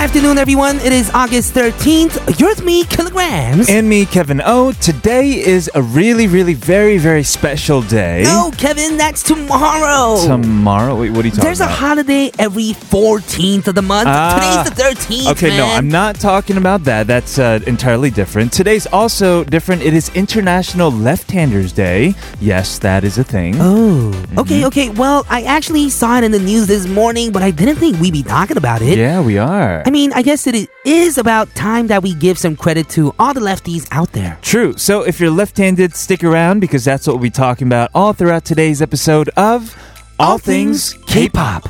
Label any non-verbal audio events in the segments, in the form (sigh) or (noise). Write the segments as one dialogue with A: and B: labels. A: afternoon, everyone. It is August 13th. You're with me, Kilograms.
B: And me, Kevin O. Today is a really, really, very, very special day.
A: no, Kevin, that's tomorrow.
B: Tomorrow? Wait, what are you talking
A: There's a
B: about?
A: holiday every 14th of the month.
B: Ah.
A: Today's the 13th.
B: Okay, no,
A: man.
B: I'm not talking about that. That's uh, entirely different. Today's also different. It is International Left Handers Day. Yes, that is a thing.
A: Oh,
B: Mm-hmm.
A: okay, okay. Well, I actually saw it in the news this morning, but I didn't think we'd be talking about it.
B: yeah, we are.
A: I mean, I guess it is about time that we give some credit to all the lefties out there.
B: True. So if you're left handed, stick around because that's what we'll be talking about all throughout today's episode of
A: All Things K-Pop.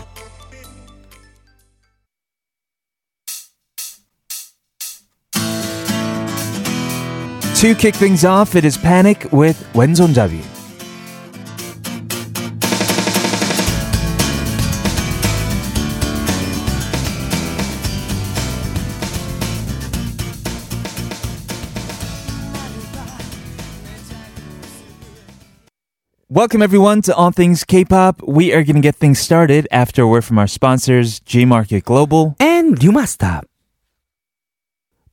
B: To kick things off, it is Panic with 왼손잡이. Welcome everyone to All Things K-pop. We are going to get things started after a word from our sponsors, G Market Global.
A: and you must stop.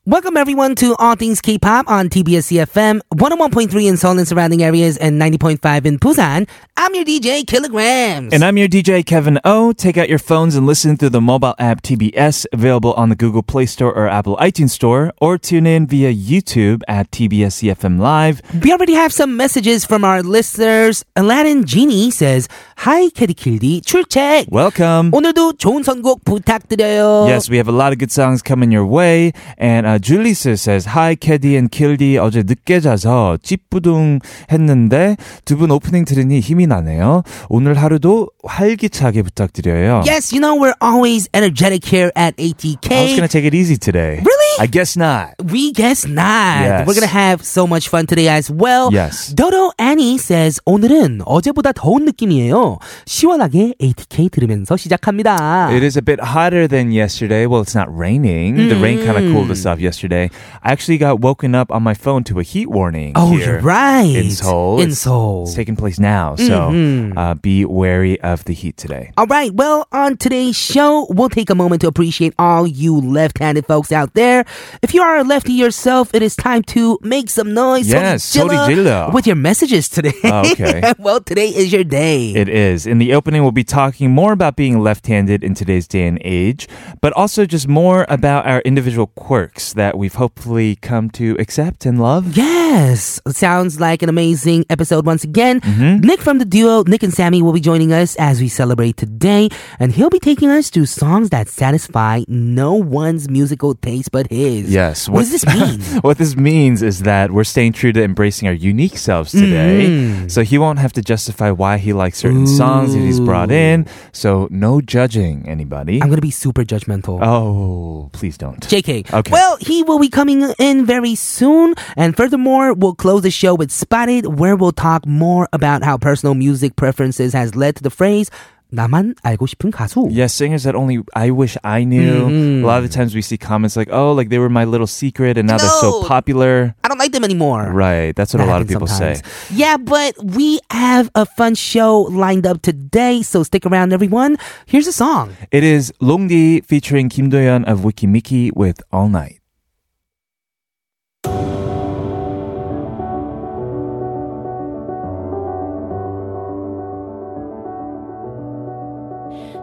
A: Welcome everyone to All Things K-pop on TBS CFM 101.3 in Seoul and surrounding areas and 90.5 in Busan. I'm your DJ Kilograms.
B: And I'm your DJ Kevin O. Take out your phones and listen through the mobile app TBS, available on the Google Play Store or Apple iTunes Store, or tune in via YouTube at TBS EFM E Live.
A: we already have some messages from our listeners. Aladdin Genie says, "Hi Kitty Kildi 출첵.
B: Welcome.
A: 오늘도 좋은 선곡 부탁드려요."
B: Yes, we have a lot of good songs coming your way. And uh, Julissa says, Hi, Keddy and Kildy. 어제 늦게 자서 찌뿌둥 했는데 두 분 오프닝 들으니 힘이 나네요. 오늘 하루도 활기차게 부탁드려요.
A: Yes, you know we're always energetic here at
B: I was
A: ATK.
B: gonna take it easy today.
A: Really?
B: I guess not.
A: We guess not.
B: Yes.
A: We're gonna have so much fun today as well.
B: Yes.
A: Dodo Annie says 오늘은 어제보다 더운 느낌이에요. 시원하게 ATK 들으면서 시작합니다.
B: It is a bit hotter than yesterday. Well, it's not raining. The rain
A: Mm.
B: kind of cooled us off yesterday. I actually got woken up on my phone to a heat warning.
A: Oh,
B: here
A: you're right.
B: In Seoul.
A: In
B: It's-
A: Seoul.
B: It's taking place now. So
A: Mm-hmm.
B: uh, be wary of the heat today.
A: All right. Well, on today's show, we'll take a moment to appreciate all you left-handed folks out there. If you are a lefty yourself, it is time to make some noise.
B: Yes,
A: 소리질러
B: 소리질러.
A: with your messages today.
B: Oh, okay.
A: (laughs) well, today is your day.
B: It is. In the opening, we'll be talking more about being left handed in today's day and age, but also just more about our individual quirks that we've hopefully come to accept and love.
A: Yes, sounds like an amazing episode once again.
B: Mm-hmm.
A: Nick from the duo Nick and Sammy will be joining us as we celebrate today, and he'll be taking us to songs that satisfy no one's musical taste but his.
B: Yes.
A: What, does this
B: (laughs)
A: mean?
B: what this means is that we're staying true to embracing our unique selves today.
A: Mm.
B: So he won't have to justify why he likes certain songs that he's brought in. So no judging anybody.
A: I'm gonna be super judgmental.
B: oh, please don't.
A: JK.
B: Okay.
A: Well, he will be coming in very soon. And furthermore, we'll close the show with Spotted, where we'll talk more about how personal music preferences has led to the phrase, 나만 알고 싶은 가수.
B: Yes, singers that only I wish I knew. A lot of the times we see comments like, "Oh, like they were my little secret, and now they're so
A: No.
B: popular."
A: I don't like them anymore.
B: Right, that's what a
A: That
B: lot of people
A: happens
B: say.
A: sometimes. Yeah, but we have a fun show lined up today, so stick around, everyone. Here's a song.
B: It is Longdi featuring Kim Doyeon of Wikimiki with "All Night."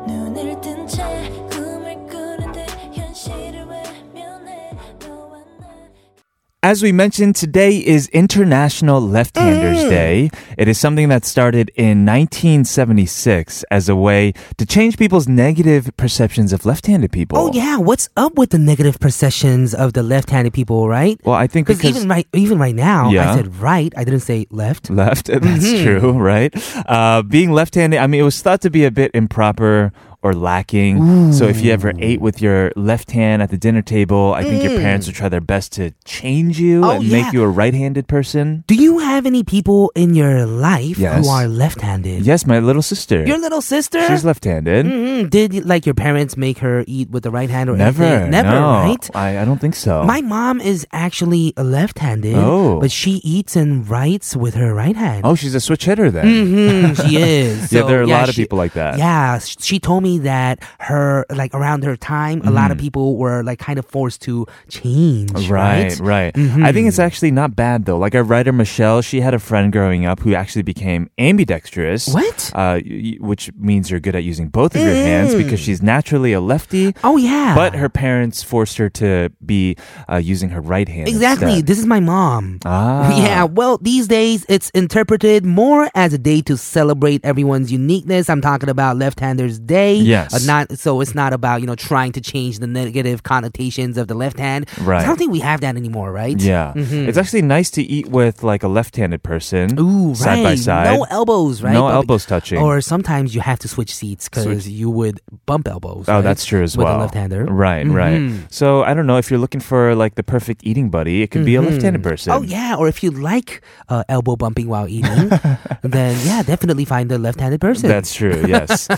C: 눈을 뜬 채 꿈을 꾸는데 현실을 외면해 너와 나
B: As we mentioned, today is International Left Handers
A: Mm.
B: Day. It is something that started in 1976 as a way to change people's negative perceptions of left handed people.
A: Oh yeah, what's up with the negative perceptions of the left-handed people, right?
B: Well, I think
A: Because
B: because
A: even right, even right now, I
B: Yeah.
A: said right. I didn't say left.
B: left. (laughs) That's
A: Mm-hmm.
B: true, right? Uh, being left-handed, I mean, it was thought to be a bit improper or lacking. So if you ever ate with your left hand at the dinner table, I think your parents would try their best to change
A: Mm.
B: you
A: Oh,
B: and
A: yeah.
B: make you a right-handed person.
A: Do you have any people in your life
B: Yes.
A: who are left-handed?
B: Yes, my little sister.
A: Your little sister?
B: She's left-handed.
A: Mhm. Did like your parents make her eat with the right hand or
B: Never,
A: anything? Never,
B: no.
A: right?
B: I, I don't think so.
A: My mom is actually a left-handed,
B: Oh.
A: but she eats and writes with her right hand.
B: oh, she's a switch hitter then.
A: hmm
B: (laughs)
A: she is.
B: Yeah,
A: So,
B: there are a lot of
A: she-
B: people like that.
A: Yeah, sh- she told me that her like around her time, a lot of people were like kind of forced to change.
B: Mm. Right,
A: Right. Mm-hmm.
B: right. I think it's actually not bad though. Like our writer Michelle, she had a friend growing up who actually became ambidextrous.
A: What? Mm.
B: Uh, y- y- which means you're good at using both of your hands because she's naturally a lefty.
A: Oh yeah.
B: But her parents forced her to be uh, using her right hand.
A: Exactly.
B: instead.
A: This is my mom.
B: Ah.
A: (laughs) Yeah, well, these days it's interpreted more as a day to celebrate everyone's uniqueness. I'm talking about left-handers day.
B: Yes.
A: Uh, not so it's not about, you know, trying to change the negative connotations of the left hand.
B: Right.
A: I don't think we have that anymore, right?
B: Yeah. It's actually nice to eat with like a left-handed person.
A: Mm-hmm. Ooh, right.
B: Side by side.
A: No elbows, right?
B: No
A: But-
B: elbows touching.
A: Or sometimes you have to switch seats
B: Switch.
A: because you would bump elbows.
B: Oh,
A: right?
B: that's true as
A: With
B: well.
A: a left-hander. Mm-hmm.
B: Right, right. So I don't know if you're looking for like the perfect eating buddy, it could be a left-handed person.
A: Oh yeah, or if you like uh, elbow bumping while
B: (laughs)
A: eating, then yeah, definitely find a left-handed person.
B: That's true.
A: (laughs)
B: Yes.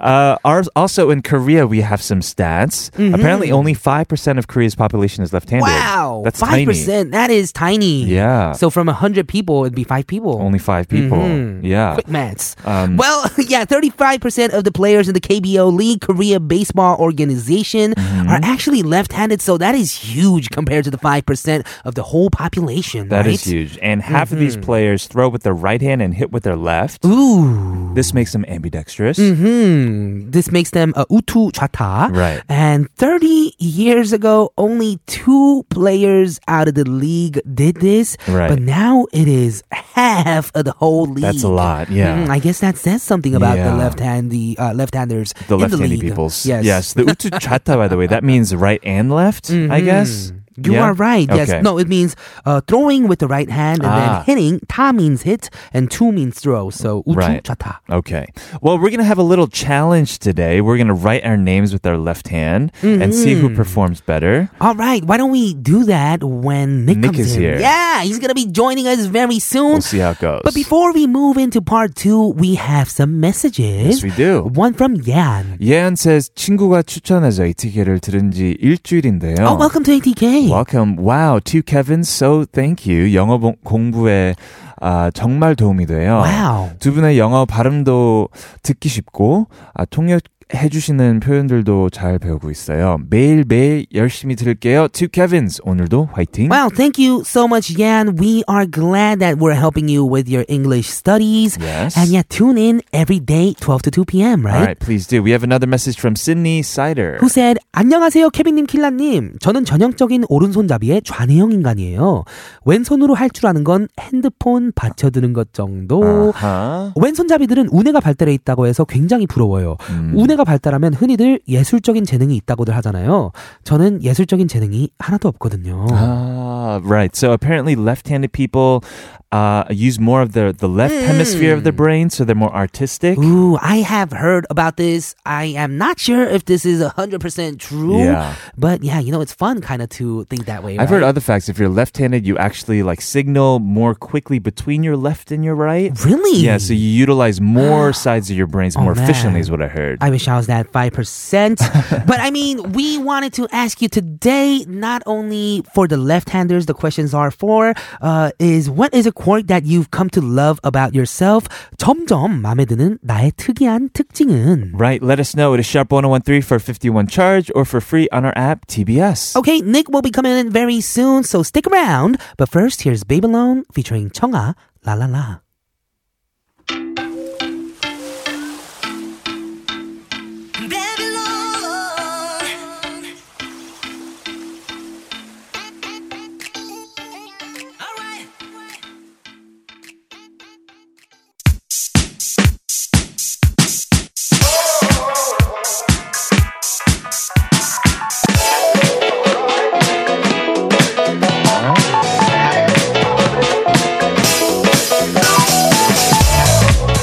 B: uh, ours, also in Korea, we have some stats.
A: Mm-hmm.
B: Apparently, only five percent of Korea's population is left-handed.
A: Wow,
B: that's
A: five
B: tiny.
A: percent. That is tiny.
B: Yeah. Oh,
A: So from hundred people, it'd be five people.
B: Only five people. Yeah.
A: Quick maths.
B: um,
A: well, (laughs) yeah, 35% of the players in the KBO League, Korea Baseball Organization,
B: Mm-hmm.
A: are actually left handed. So that is huge compared to the 5% of the whole population.
B: that
A: right? Mm-hmm.
B: is huge. And half of these players throw with their right hand and hit with their left.
A: Ooh.
B: This makes them ambidextrous.
A: Hmm. This makes them uh, utu chata.
B: Right.
A: And 30 years ago, only two players out of the league did this.
B: Right.
A: But now it is half of the whole league.
B: That's a lot. Yeah.
A: Mm, I guess that says something about
B: Yeah.
A: the left-handy uh, left-handers
B: the
A: in the
B: left-handed
A: league.
B: peoples.
A: Yes.
B: The
A: (laughs)
B: utu chata, by the way, that means right and left. I guess.
A: Mm-hmm. You
B: Yeah?
A: are right. Yes.
B: Okay.
A: No, it means uh, throwing with the right hand and
B: Ah.
A: then hitting. Ta means hit and tu means throw. So utu
B: Right.
A: chata.
B: Okay. Well, we're going to have a little challenge today. We're going to write our names with our left hand and see
A: Mm-hmm.
B: who performs better.
A: All right. Why don't we do that when Nick,
B: Nick
A: comes
B: is
A: in?
B: here.
A: Yeah, he's gonna be joining us very soon.
B: We'll see how it goes.
A: But before we move into part two, we have some messages.
B: Yes, we do.
A: One from Yan.
B: 예안 says 친구가 추천해서 이 티켓을 들은 지 일주일인데요.
A: Oh, welcome to ATK.
B: Welcome. Wow, to Kevin. So thank you. 영어 봉- 공부에 아, 정말 도움이 돼요.
A: Wow.
B: 두 분의 영어 발음도 듣기 쉽고 아, 통역해 주시는 표현들도 잘 배우고 있어요. 매일매일 열심히 들을게요. To Kevin's 오늘도 화이팅.
A: Wow, thank you so much, Yan. We are glad that we're helping you with your English studies.
B: Yes.
A: And yeah, tune in every day, 12 to 2 p.m.,
B: All
A: right?
B: right, please do. We have another message from Sydney Cider.
A: Who said, 안녕하세요, 케빈님, 킬라님. 저는 전형적인 오른손잡이의 좌뇌형 인간이에요. 왼손으로 할 줄 아는 건 핸드폰 받쳐드는 것 정도.
B: 아하.
A: 왼손잡이들은 우뇌가 발달해 있다고 해서 굉장히 부러워요.
B: 음.
A: 우뇌가 발달하면 흔히들 예술적인 재능이 있다고들 하잖아요. 저는 예술적인 재능이 하나도 없거든요.
B: Ah, right. So apparently, left-handed people uh, use more of the the left hemisphere of the brain, so they're more artistic.
A: Ooh, I have heard about this. I am not sure if this is 100% true.
B: Yeah.
A: But yeah, you know, it's fun kind of to think that way.
B: I've
A: right?
B: heard other facts. If you're left-handed, you actually like signal more quickly between your left and your right.
A: Really?
B: Yeah, so you utilize (gasps) more sides of your brains more
A: man.
B: efficiently, is what Oh, I heard.
A: I wish I was that 5%. but I mean, we wanted to ask you today, not only for the left handers, the questions are for, uh, is what is a quirk that you've come to love about yourself? 점점 마음에 드는 나의 특이한 특징은?
B: right, let us know. It is sharp1013 for 51 charge or for free on our app, TBS.
A: Okay, Nick will be coming in very soon, so stick around. But first, here's Babylon featuring Chonga, La La La.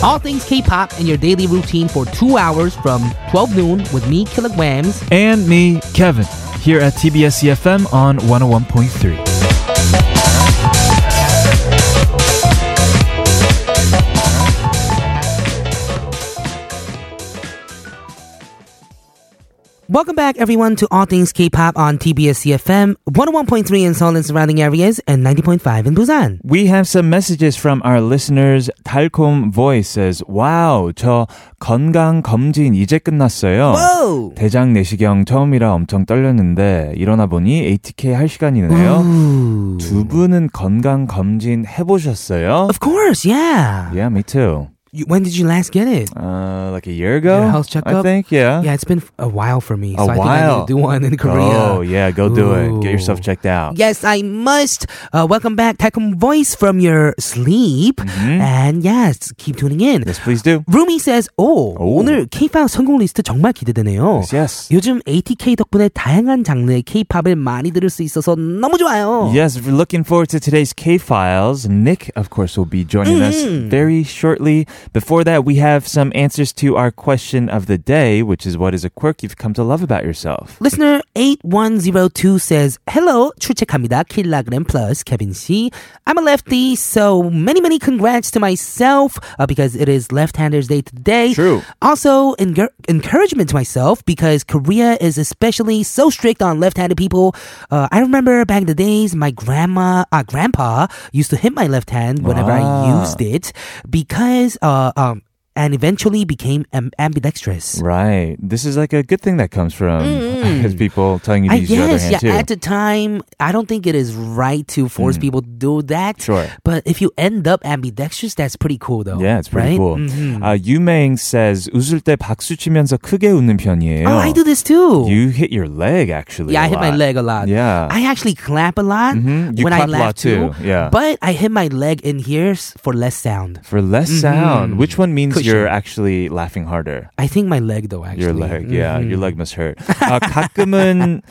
A: All things K-pop in your daily routine for two hours from 12 noon with me, Kilograms.
B: And me, Kevin, here at TBS oh EFM on 101.3.
A: Welcome back, everyone, to All Things K-pop on TBS CFM 101.3 in Seoul and surrounding areas and 90.5 in Busan.
B: We have some messages from our listeners. 달콤 voice says, "Wow, 저 건강 검진 이제 끝났어요.
A: Whoa!
B: 대장 내시경 처음이라 엄청 떨렸는데 일어나 보니 ATK 할 시간이네요.
A: Ooh.
B: 두 분은 건강 검진 해보셨어요?
A: Of course, yeah.
B: Yeah, me too.
A: You, when did you last get it?
B: Uh, like a year ago,
A: Your health
B: I
A: checkup?
B: think. Yeah.
A: Yeah, it's been f- a while for me.
B: A
A: so I think I
B: while.
A: need to do one in Korea.
B: Oh yeah, go do it. Get
A: Ooh.
B: yourself checked out.
A: Yes, I must. Uh, welcome back, Taekum Voice from your sleep. And yes, keep tuning in.
B: Mm-hmm. Yes, Oh. please do.
A: 루미 says, 오,
B: 오.
A: 오늘 K-POP 성공 리스트 정말 기대되네요.
B: Yes, yes.
A: 요즘 ATK 덕분에 다양한 장르의 K-POP을 많이 들을 수 있어서 너무 좋아요.
B: Yes, we're looking forward to today's K Files. Nick, of course, will be joining
A: Mm-hmm.
B: us very shortly. Before that, we have some answers to our question of the day, which is what is a quirk you've come to love about yourself?
A: Listener 8102 says, Hello, 출첵합니다. 킬라그램 plus 케빈 씨. I'm a lefty, so many, many congrats to myself uh, because it is left-handers day today.
B: True.
A: Also, engur- encouragement to myself because Korea is especially so strict on left-handed people. Uh, I remember back in the days, my grandma, uh, grandpa used to hit my left hand whenever I
B: Ah.
A: used it because, uh, um, and eventually became am- ambidextrous.
B: Right. This is like a good thing that comes from (laughs) people telling you to
A: Mm-hmm. I
B: use your other
A: guess,
B: hand
A: yeah.
B: too. Mm.
A: At the time, I don't think it is right to force people to do that.
B: Sure.
A: But if you end up ambidextrous, that's pretty cool, though.
B: yeah, it's
A: 어, right?
B: pretty cool.
A: Mhm.
B: Uh, Yumeing says, 웃을 때 박수 치면서 크게 웃는 편이에요.
A: Oh, I do this too.
B: You hit your leg, actually.
A: yeah,
B: I
A: I hit my leg a lot.
B: Yeah.
A: I actually clap a lot
B: Mhm. You
A: when
B: clap
A: I
B: a
A: laugh
B: lot too. Yeah.
A: But I hit my leg in here s- for less sound.
B: For less sound, which one
A: Mm-hmm.
B: means
A: Cushion.
B: you're actually laughing harder?
A: I think my leg, though, actually. Mm-hmm.
B: Your leg, yeah, your leg must hurt.
A: (laughs)
B: 아, 가끔은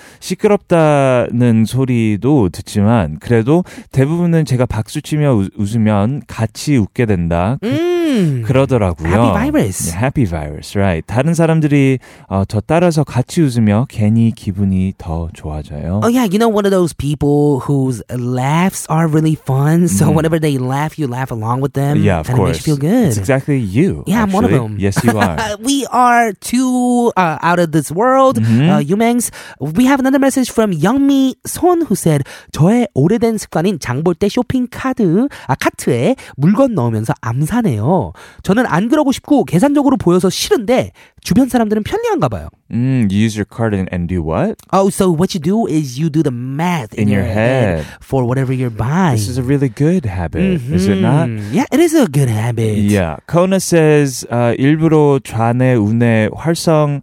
B: 시끄럽다는 소리도 듣지만 그래도 대부분은 제가 박수 치며 우- 웃으면 같이 웃게 된다. 그-
A: Mm.
B: 그러더라고요.
A: Happy virus.
B: Yeah, happy virus, right? 다른 사람들이 어, 저 따라서 같이 웃으며 괜히 기분이 더 좋아져요.
A: Oh yeah, you know one of those people whose laughs are really fun. So whenever they laugh, you laugh along with them.
B: Mm-hmm. yeah, of
A: and
B: course.
A: It makes you feel good.
B: It's exactly you.
A: Yeah, I'm one of
B: actually.
A: them.
B: Yes, you
A: (laughs)
B: are.
A: Uh, we are two uh, out of this world. Uh,
B: Mm-hmm.
A: Yumengs. We have another message from Youngmi Son who said 저의 오래된 습관인 장 볼 때 쇼핑 카드 아 카트에 물건 넣으면서 암산해요. 저는 안 그러고 싶고 계산적으로 보여서 싫은데 주변 사람들은 편리한가 봐요.
B: Mm, you use your card and, and do what?
A: Oh, so what you do is you do the math in,
B: In your head.
A: for whatever you're buying.
B: This is a really good habit, is it not?
A: Mm, Yeah, it is a good habit.
B: Yeah. Kona says uh, 일부러 좌뇌 우뇌 활성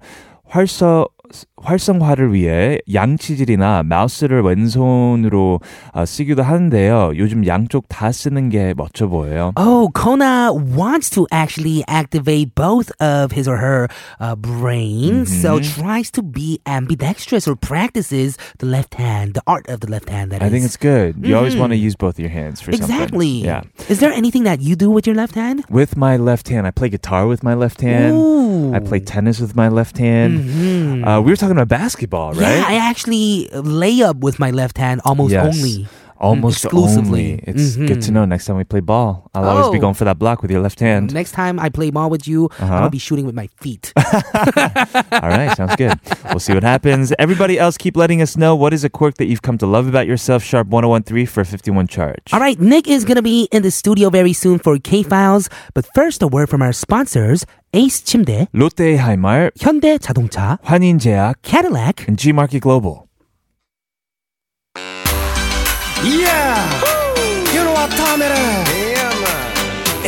B: 활성 활성화를 위해 양치질이나 마우스를 왼손으로 아, 쓰기도 하는데요. 요즘 양쪽 다 쓰는 게 멋져 보여요.
A: Oh, Kona wants to actually activate both of his or her uh, brain, so
B: Mm-hmm.
A: tries to be ambidextrous or practices the left hand, the art of the left hand. That
B: I
A: Oh,
B: think
A: is. Mm-hmm.
B: it's good. You always want to use both your hands for
A: exactly.
B: something. Yeah.
A: Is there anything that you do with your left hand?
B: With my left hand, I play guitar with my left hand.
A: Ooh.
B: I play tennis with my left hand.
A: Mhm.
B: Uh, we were talking about basketball, right?
A: Yeah, I actually lay up with my left hand almost
B: Yes.
A: only. Mm,
B: Almost
A: exclusively.
B: only. It's good to
A: Mhm.
B: know. Next time we play ball, I'll always be
A: Oh.
B: going for that block with your
A: (laughs)
B: left hand.
A: Next time I play ball with you, I'm
B: Uh-huh.
A: gonna be shooting with my feet. (laughs)
B: All right, sounds good. We'll see what happens. Everybody else, keep letting us know what is a quirk that you've come to love about yourself. Sharp 1013 for 51 charge.
A: All right, Nick is going to be in the studio very soon for K Files. But first, a word from our sponsors Ace 침대,
B: Lotte Haimar,
A: 현대 자동차,
B: Hwanin Jeak,
A: Cadillac.
B: and G Market Global.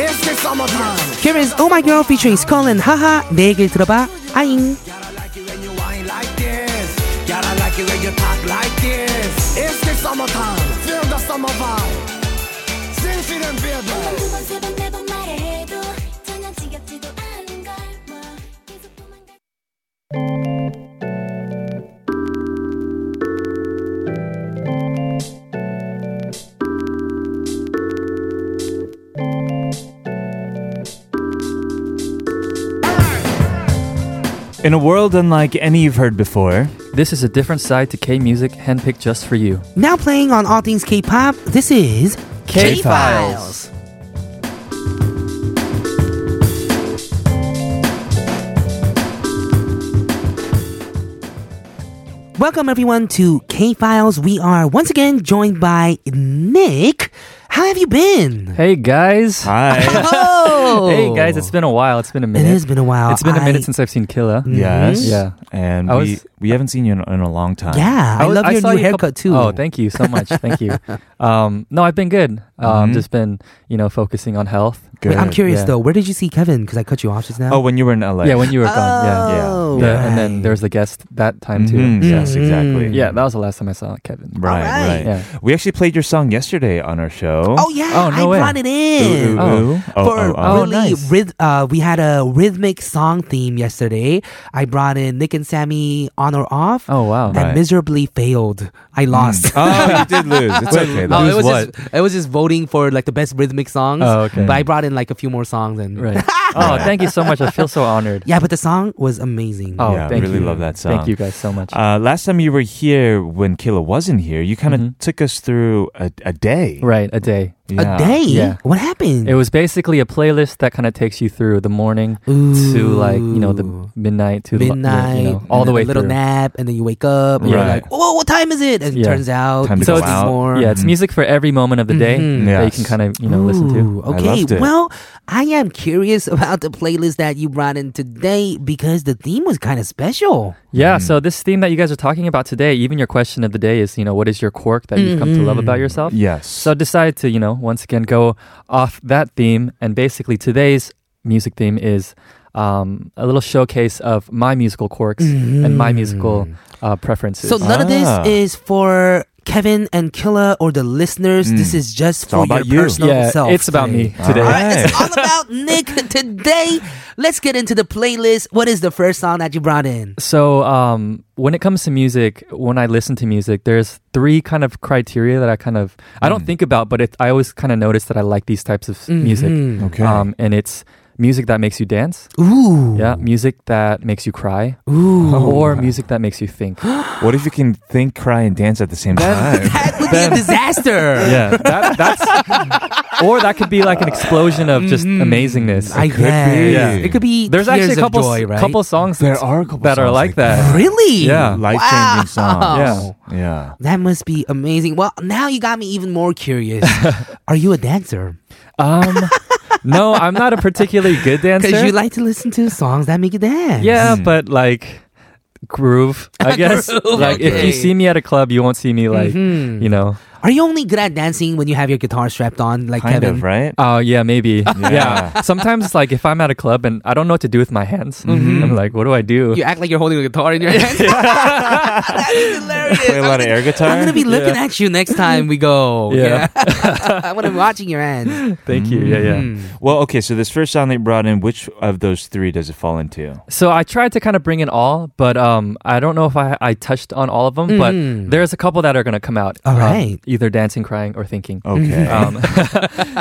A: Here is Oh My Girl featuring Skull and 하하. 내 얘기를 들어봐. 아잉.
C: 두번 세 번 네 번 말해도 전혀 지겹지도 않은 걸뭐 계속 도망가.
B: In a world unlike any you've heard before,
D: This is a different side to K Music handpicked just for you.
A: Now playing on all things K-pop. This is
D: K-Files.
A: Welcome everyone to K Files. We are once again joined by Nick. How have you been?
D: Hey
A: (laughs)
D: guys.
B: Hi.
A: Oh,
D: (laughs) Hey guys, it's been a while. It's been a
A: it
D: minute.
A: has been a while.
D: It's been a
A: I- Mm-hmm.
D: minute since I've seen Killa.
B: yes.
D: Yeah.
B: And
D: I
B: we
D: was-
B: we haven't seen you in, in a long time.
A: Yeah, I,
D: was-
A: love your
D: saw
A: new
D: you a couple-
A: haircut too.
D: Oh, thank you so much. thank
A: (laughs)
D: you. Um, no, I've been good. Um,
B: Mhm.
D: Just been, you know, focusing on health.
B: Good.
A: I'm curious
D: Yeah.
A: though, where did you see Kevin? Because I cut you off just now.
B: Oh, when you were in LA.
D: Yeah, when you were gone. Yeah.
A: Oh,
D: The-
B: Yeah,
D: And then there was the guest that time too.
B: Mhm,
A: too.
B: Yes,
A: Mhm.
B: exactly.
D: Yeah, that was the last time I saw Kevin.
B: Right,
A: Alright.
B: right.
D: Yeah.
B: We actually played your song yesterday on our show.
A: Oh yeah,
D: Oh, no
A: I
D: way.
A: brought it
B: Ooh,
A: in.
B: ooh,
D: Oh.
B: ooh. Oh,
A: For
B: oh,
D: oh.
A: really,
D: nice.
A: ryth- uh, we had a rhythmic song theme yesterday. I brought in Nick and Sammy on or off,
D: Oh Hmm. wow.
A: and
B: right.
A: miserably failed. I lost.
B: (laughs) oh, you did lose. It's okay.
A: (laughs) Oh,
B: Though.
A: it was
D: Lose
A: just it was just voting for like the best rhythmic songs.
D: Oh, okay.
A: But I brought in like a few more songs and (laughs)
D: Right. oh, thank you so much. I feel so honored.
A: yeah, but the song was amazing.
D: Oh,
B: yeah, I
D: thank
B: really
D: you.
B: love that song.
D: Thank you guys so much.
B: Uh, last time you were here when Killa wasn't here, you kind of
D: Mhm.
B: took us through a, a day.
D: right, a day.
B: Yeah.
A: A day?
D: Yeah.
A: What happened?
D: It was basically a playlist that kind of takes you through the morning to like you know the midnight to
A: midnight,
D: the, you know, all
A: and
D: the
A: then
D: way
A: a little
D: through.
A: nap, and then you wake up, and you're
B: Right.
A: like, "Whoa, what time is it?" And it
D: Yeah.
A: turns out
B: Time to
D: So
A: so
D: go
A: it's
B: out.
A: more. Mm.
D: Yeah, it's music for every moment of the day
A: Mhm.
D: that you
B: Yes.
D: can kind of you know listen
A: Ooh,
B: I
D: to.
A: Okay,
B: loved it.
A: well, I am curious (laughs) about the playlist that you brought in today because the theme was kind of special.
D: Yeah. So this theme that you guys are talking about today, even your question of the day is you know what is your quirk that you've come to love
A: Mm-hmm.
D: about yourself.
B: Yes.
D: So I decided to you know once again go off that theme and basically today's music theme is. Um, a little showcase of my musical quirks and my musical uh,
A: Mm.
D: preferences.
A: So none of this
B: Ah.
A: is for Kevin and Killa or the listeners.
D: Hmm.
A: This is just for
B: all about
A: your
B: you.
A: personal
D: yeah,
A: self.
D: it's about
A: today.
D: me
A: All
D: today.
B: Alright.
A: right, it's all about
D: (laughs)
A: Nick today. Let's get into the playlist. What is the first song that you brought in?
D: So, um, when it comes to music, when I listen to music, there's three kind of criteria that I kind of I don't think about, but it, I always kind of notice that I like these types of s- music.
A: Mhm.
B: okay.
D: Um, and it's music that makes you dance,
A: Ooh.
D: yeah, music that makes you cry,
A: Ooh.
D: or music that makes you think.
B: what if you can think, cry, and dance at the same time?
A: That would be a disaster.
D: (laughs) yeah, that, that's or that could be like an explosion of just amazingness.
A: I
B: It could be.
A: guess. It could be.
D: there's
A: tears
D: actually a couple
A: of joy,
D: s-
A: right?
D: couple songs
B: There are a couple
D: that are
B: songs
D: like
B: like
D: that.
A: Really?
D: Yeah.
B: Life
A: Wow.
B: changing songs. Yeah.
A: That must be amazing. Well, now you got me even more curious. Are you a dancer?
D: Um, no, I'm not a particularly
A: (laughs)
D: good dancer.
A: Because you like to listen to songs that make you dance.
D: Yeah, but like groove,
A: (laughs)
D: I guess.
A: Groove,
D: like if
A: okay.
D: you see me at a club, you won't see me like
A: Mhm.
D: you know.
A: Are you only good at dancing when you have your guitar strapped on, like
B: Kind
A: Kevin?
B: of, right?
D: Oh
A: (laughs)
D: yeah, maybe. Yeah.
B: Yeah.
D: Sometimes it's like if I'm at a club and I don't know what to do with my hands,
A: Mm-hmm.
D: I'm like, what do I do?
A: You act like you're holding a guitar in your hand. (laughs) that is hilarious.
B: Play a lot of air guitar.
A: I'm gonna be looking at you next time we go.
D: (laughs) Yeah.
A: I'm gonna be watching your
D: (laughs)
A: hands.
D: Thank you. Yeah, yeah.
A: Mm.
B: Well, okay, so this first song they brought in, which of those three does it fall into?
D: So I tried to kind of bring it all, but um, I don't know if I, I touched on all of them.
A: Mhm.
D: But there's a couple that are gonna come out.
A: All
D: um,
A: right.
D: either dancing, crying, or thinking.
B: Okay.
D: Um,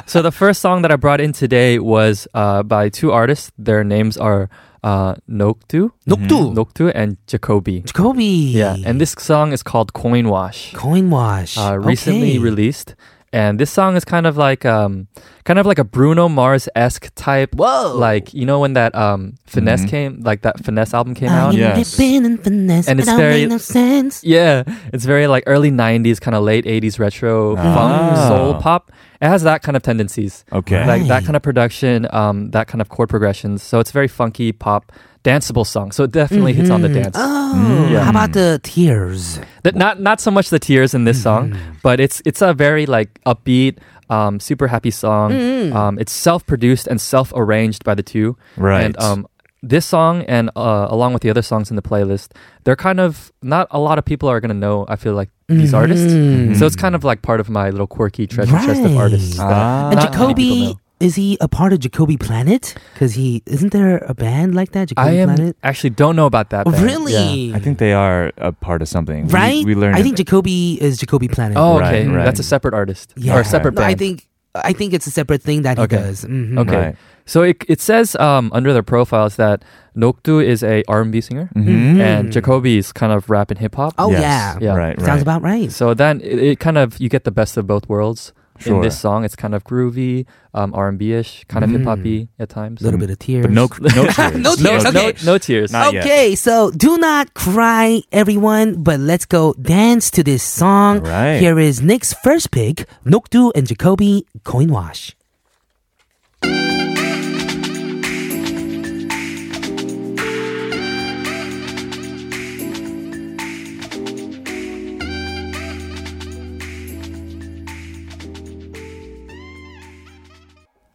D: so the first song that I brought in today was uh, by two artists. Their names are uh, Nokdu,
A: 녹두,
D: Nokdu, and Jacoby.
A: Jacoby.
D: Yeah, and this song is called Coin Wash.
A: coin wash.
D: Uh, recently
A: Okay.
D: released, and this song is kind of like um, kind of like a Bruno Mars esque type.
A: Whoa.
D: Like you know when that um finesse
B: Mhm.
D: came, like that finesse album came
A: I'm
D: out.
B: yeah.
A: yes.
B: Yes.
A: dipping in finesse, and
D: And
A: it's
D: it's
A: it don't
D: very-
A: make no sense.
D: Yeah, it's very like early '90s, kind of late '80s retro funk,
B: Ah.
D: soul pop. It has that kind of tendencies,
B: Okay.
D: like
A: Right.
D: that kind of production, um, that kind of chord progressions. So it's very funky pop, danceable song. So it definitely hits on the dance.
A: Oh,
B: Yeah.
A: how about the tears?
D: That not not so much the tears in this song, but it's it's a very like upbeat, um, super happy song.
A: Mm-hmm.
D: Um, it's self produced and self arranged by the two.
B: Right.
D: And um, this song and uh, along with the other songs in the playlist, they're kind of not a lot of people are gonna know. I feel like these
A: Mm-hmm.
D: artists, so it's kind of like part of my little quirky treasure chest of
A: Right.
D: artists. that
B: Ah.
A: And
D: Uh, not many people
A: Jacoby,
D: know.
A: is he a part of Jacoby Planet? Because he isn't there a band like that, Jacoby
D: I am
A: Planet?
D: actually don't know about that.
A: Oh,
D: band.
A: really?
D: Yeah.
B: I think they are a part of something. We-
A: right?
B: We,
A: I
B: learned
A: think Jacoby is Jacoby Planet.
D: Oh,
B: Right,
D: okay.
B: right.
D: That's a separate artist
A: Yeah.
D: or a separate
A: No,
D: band.
A: I think I think it's a separate thing that he
D: Okay.
A: does. Mhm.
D: Okay.
B: Right.
D: So it, it says um, under their profiles that Nokdu is a R&B singer
B: Mhm.
D: and Jacoby is kind of rap and hip hop.
A: Mm-hmm. Oh yeah.
B: Yes.
D: Yeah.
B: Right, right.
A: Sounds about right.
D: So then it, it kind of you get the best of both worlds.
B: Sure.
D: in this song, it's kind of groovy, um, R&B-ish, kind of hip hoppy at times.
A: A little bit of tears.
B: But no, no
A: (laughs)
B: tears.
A: No
D: no,
A: tears, okay.
D: no, no tears.
B: Not- yet.
A: okay, so do not cry, everyone, but let's go dance to this song.
B: All right.
A: Here is Nick's first pick, Nokdu and Jacoby Coin Wash.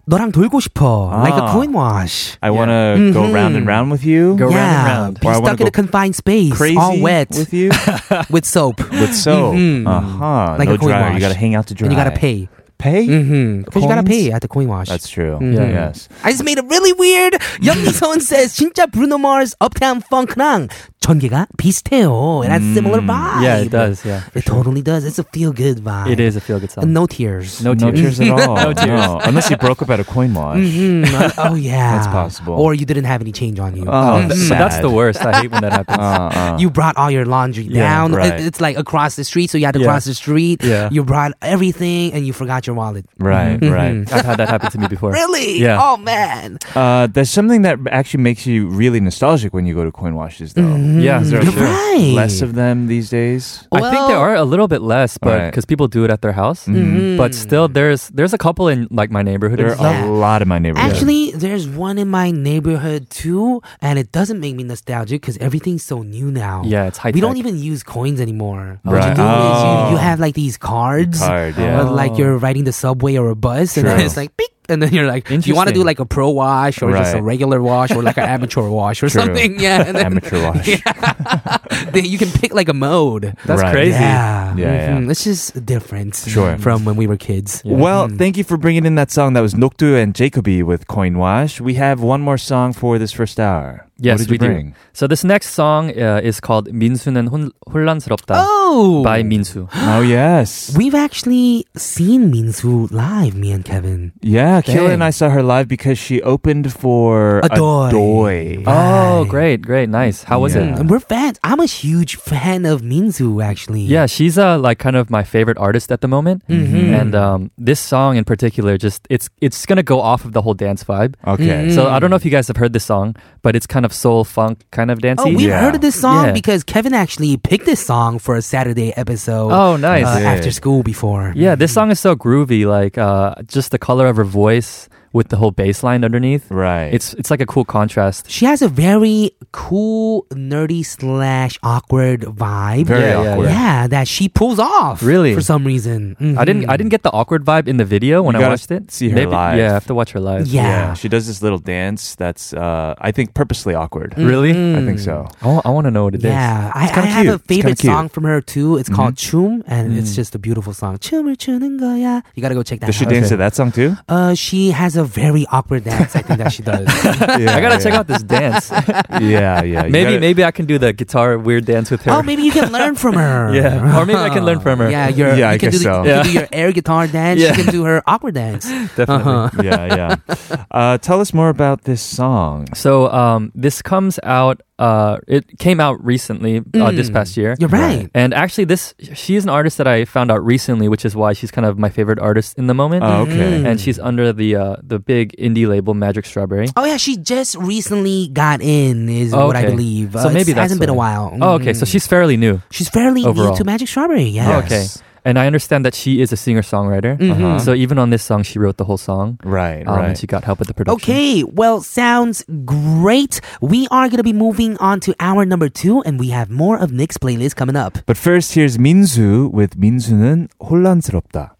A: 너랑 돌고 싶어. Like a
B: Ah.
A: coin wash.
B: I want to
A: Mm-hmm.
B: go round and round with you.
D: Go
A: yeah.
D: round and round.
A: Be
B: Or I wanna
A: stuck in
B: go
A: a confined space,
B: crazy
A: all wet
B: with you.
A: (laughs) with soap,
B: (laughs) With soap. Uh huh.
A: Like a
B: no
A: coin
B: dryer.
A: wash.
B: You got to hang out to
A: and
B: dry.
A: you gotta pay.
B: Pay?
A: Mm-hmm. Because you gotta
B: Coins?
A: pay at the coin wash.
B: That's true.
D: Yeah.
B: Yes.
A: I just made it really weird. (laughs) 영미 소은 says 진짜 Bruno Mars Uptown Funk랑 전개가 비슷해요. It has similar vibe.
D: yeah, it does. Yeah,
A: It totally does. It's a feel good vibe.
D: it is a feel good
A: And
D: song.
A: no tears.
D: (laughs) No
B: No
D: tears.
B: tears at all. no tears. Unless you broke up at a coin wash.
A: Mm,
B: (laughs)
A: oh yeah.
B: That's possible.
A: Or you didn't have any change on you.
B: Oh,
D: Th- but that's the worst. I hate when that happens.
B: Uh, uh.
A: you brought all your laundry
B: Yeah,
A: down. It-
B: right.
A: It's like across the street, so you had to
D: Yeah.
A: cross the street.
D: Yeah.
A: You brought everything and you forgot your wallet.
B: Right,
A: Mm-hmm.
B: right.
D: Hmm. I've had that happen to me before.
A: Really?
D: Yeah.
A: Oh man.
B: Uh, there's something that actually makes you really nostalgic when you go to coin washes, though.
A: Mm-hmm.
D: Yeah,
B: Is there
A: You're right.
B: less of them these days?
D: I think there are a little bit less, but
B: Right.
D: because people do it at their house. But still, there's there's a couple in like my neighborhood.
B: There
D: and
B: are
D: stuff.
A: Yeah.
B: a lot in my neighborhood.
A: Actually, there's one in my neighborhood too, and it doesn't make me nostalgic because everything's so new now.
D: yeah, it's high.
A: We don't even use coins anymore. What you
B: Right.
A: do is
B: Oh.
A: you, you have like these cards. uh,
B: Card, yeah.
A: Like you're riding the subway or a bus, and then
B: True.
A: it's like, beep, and then you're like, you want to do
D: Interesting.
A: like a pro wash or just a
B: Right.
A: regular wash or like
B: (laughs)
A: an amateur wash or
B: True.
A: something. Yeah.
D: Oh.
A: And then
B: (laughs) Amateur
D: (laughs)
B: wash. Yeah,
A: they- you can pick like a mode.
B: (laughs)
D: That's
B: Right.
D: crazy.
A: Yeah.
B: yeah.
A: Mhm. It's just different
B: Sure.
A: from when we were kids.
D: Yeah. Hmm.
B: Well, thank you for bringing in that song. That was Nokdu and Jacoby with Coin Wash. We have one more song for this first hour.
D: Yes,
B: what did
D: we
B: you bring?
D: do. So this next song uh, is called "민수는 혼, 혼란스럽다"
A: Oh!
B: (gasps)
D: by Minsu.
B: Oh
D: (gasps)
B: yes,
A: We've actually seen Minsu live, me and Kevin.
B: yeah. Kayla
A: Dang.
B: and I saw her live because she opened for
A: Adoy.
B: Adoy.
D: Oh,
A: Right.
D: great, great, nice. How was
B: Yeah.
D: it?
A: And we're fans. I'm a huge fan of Minzu, actually.
D: Yeah, she's uh, like kind of my favorite artist at the moment,
B: Mm-hmm.
D: and um, this song in particular, just it's it's gonna go off of the whole dance vibe.
B: Okay,
D: So I don't know if you guys have heard this song, but it's kind of soul funk kind of
A: Oh,
D: dancey.
A: we've
B: Yeah.
A: heard of this song
D: Yeah.
A: because Kevin actually picked this song for a Saturday episode.
D: Oh, nice.
A: uh,
B: Yeah.
A: after school before.
D: Yeah, this song is so groovy. Like uh, just the color of her voice with the whole bass line underneath.
B: right.
D: It's it's like a cool contrast.
A: She has a very cool, nerdy slash awkward vibe.
B: very
D: Yeah, yeah,
B: awkward.
D: yeah.
A: Yeah, that she pulls off.
D: Really?
A: For some reason. Mm-hmm.
D: I didn't I didn't get the awkward vibe in the video when
B: You
D: I
B: gotta
D: watched it.
B: see her
D: Maybe,
B: live.
D: Yeah, I have to watch her live.
A: Yeah.
B: She does this little dance that's, uh, I think, purposely awkward.
D: Mm. Really?
B: I think so.
D: I want, I want to know what it is.
A: Mm-hmm. Yeah, I, I
B: kinda
A: have
B: cute.
A: a
B: It's kinda
A: favorite
B: cute. Mm-hmm. Mm.
A: song from her too. It's called "Chum," and it's just a beautiful song. 춤을 추는 거야. You gotta go check that
B: Does she
A: out.
B: dance to that song too?
A: Uh, she has a very awkward dance. I think that she does.
B: Yeah,
D: (laughs) I gotta
B: yeah.
D: check out this
B: (laughs)
D: dance.
B: Yeah, yeah. You
D: maybe
B: gotta-
D: maybe I can do the guitar weird dance with her.
A: oh, maybe you can learn from her.
D: (laughs) Yeah. Or maybe I can learn from her.
A: Yeah, your,
B: Yeah,
A: you
B: I
A: can do
B: guess
A: the, you
B: so.
A: can
D: Yeah.
A: do your air guitar dance.
D: Yeah.
A: She can do her awkward
D: (laughs)
A: dance.
D: definitely.
A: Uh-huh.
B: yeah, yeah. Uh, tell us more about this song.
D: So um, this comes out. Uh, it came out recently uh, this past year.
A: Mm. You're right.
D: And actually, this she is an artist that I found out recently, which is why she's kind of my favorite artist in the moment.
B: Oh,
A: Mm-hmm.
B: okay.
D: And she's under the uh, the big indie label Magic Strawberry.
A: Oh yeah, she just recently got in, is
D: Oh,
A: what I
D: okay.
A: believe. uh,
D: So maybe
A: it
D: that's
A: hasn't been a
D: why.
A: while.
D: Oh, okay. So
A: Mm.
D: she's fairly new.
A: she's fairly new
D: Overall.
A: to Magic Strawberry. Yeah.
B: Yes.
D: Oh, Okay. And I understand that she is a singer songwriter.
A: Mm-hmm.
B: Uh-huh.
D: So even on this song, she wrote the whole song.
B: Right,
D: Um,
B: right.
D: And she got help with the production.
A: Okay, well, sounds great. We are going to be moving on to hour number two, and we have more of Nick's playlist coming up.
B: But first, here's Minzu with 민수는 혼란스럽다.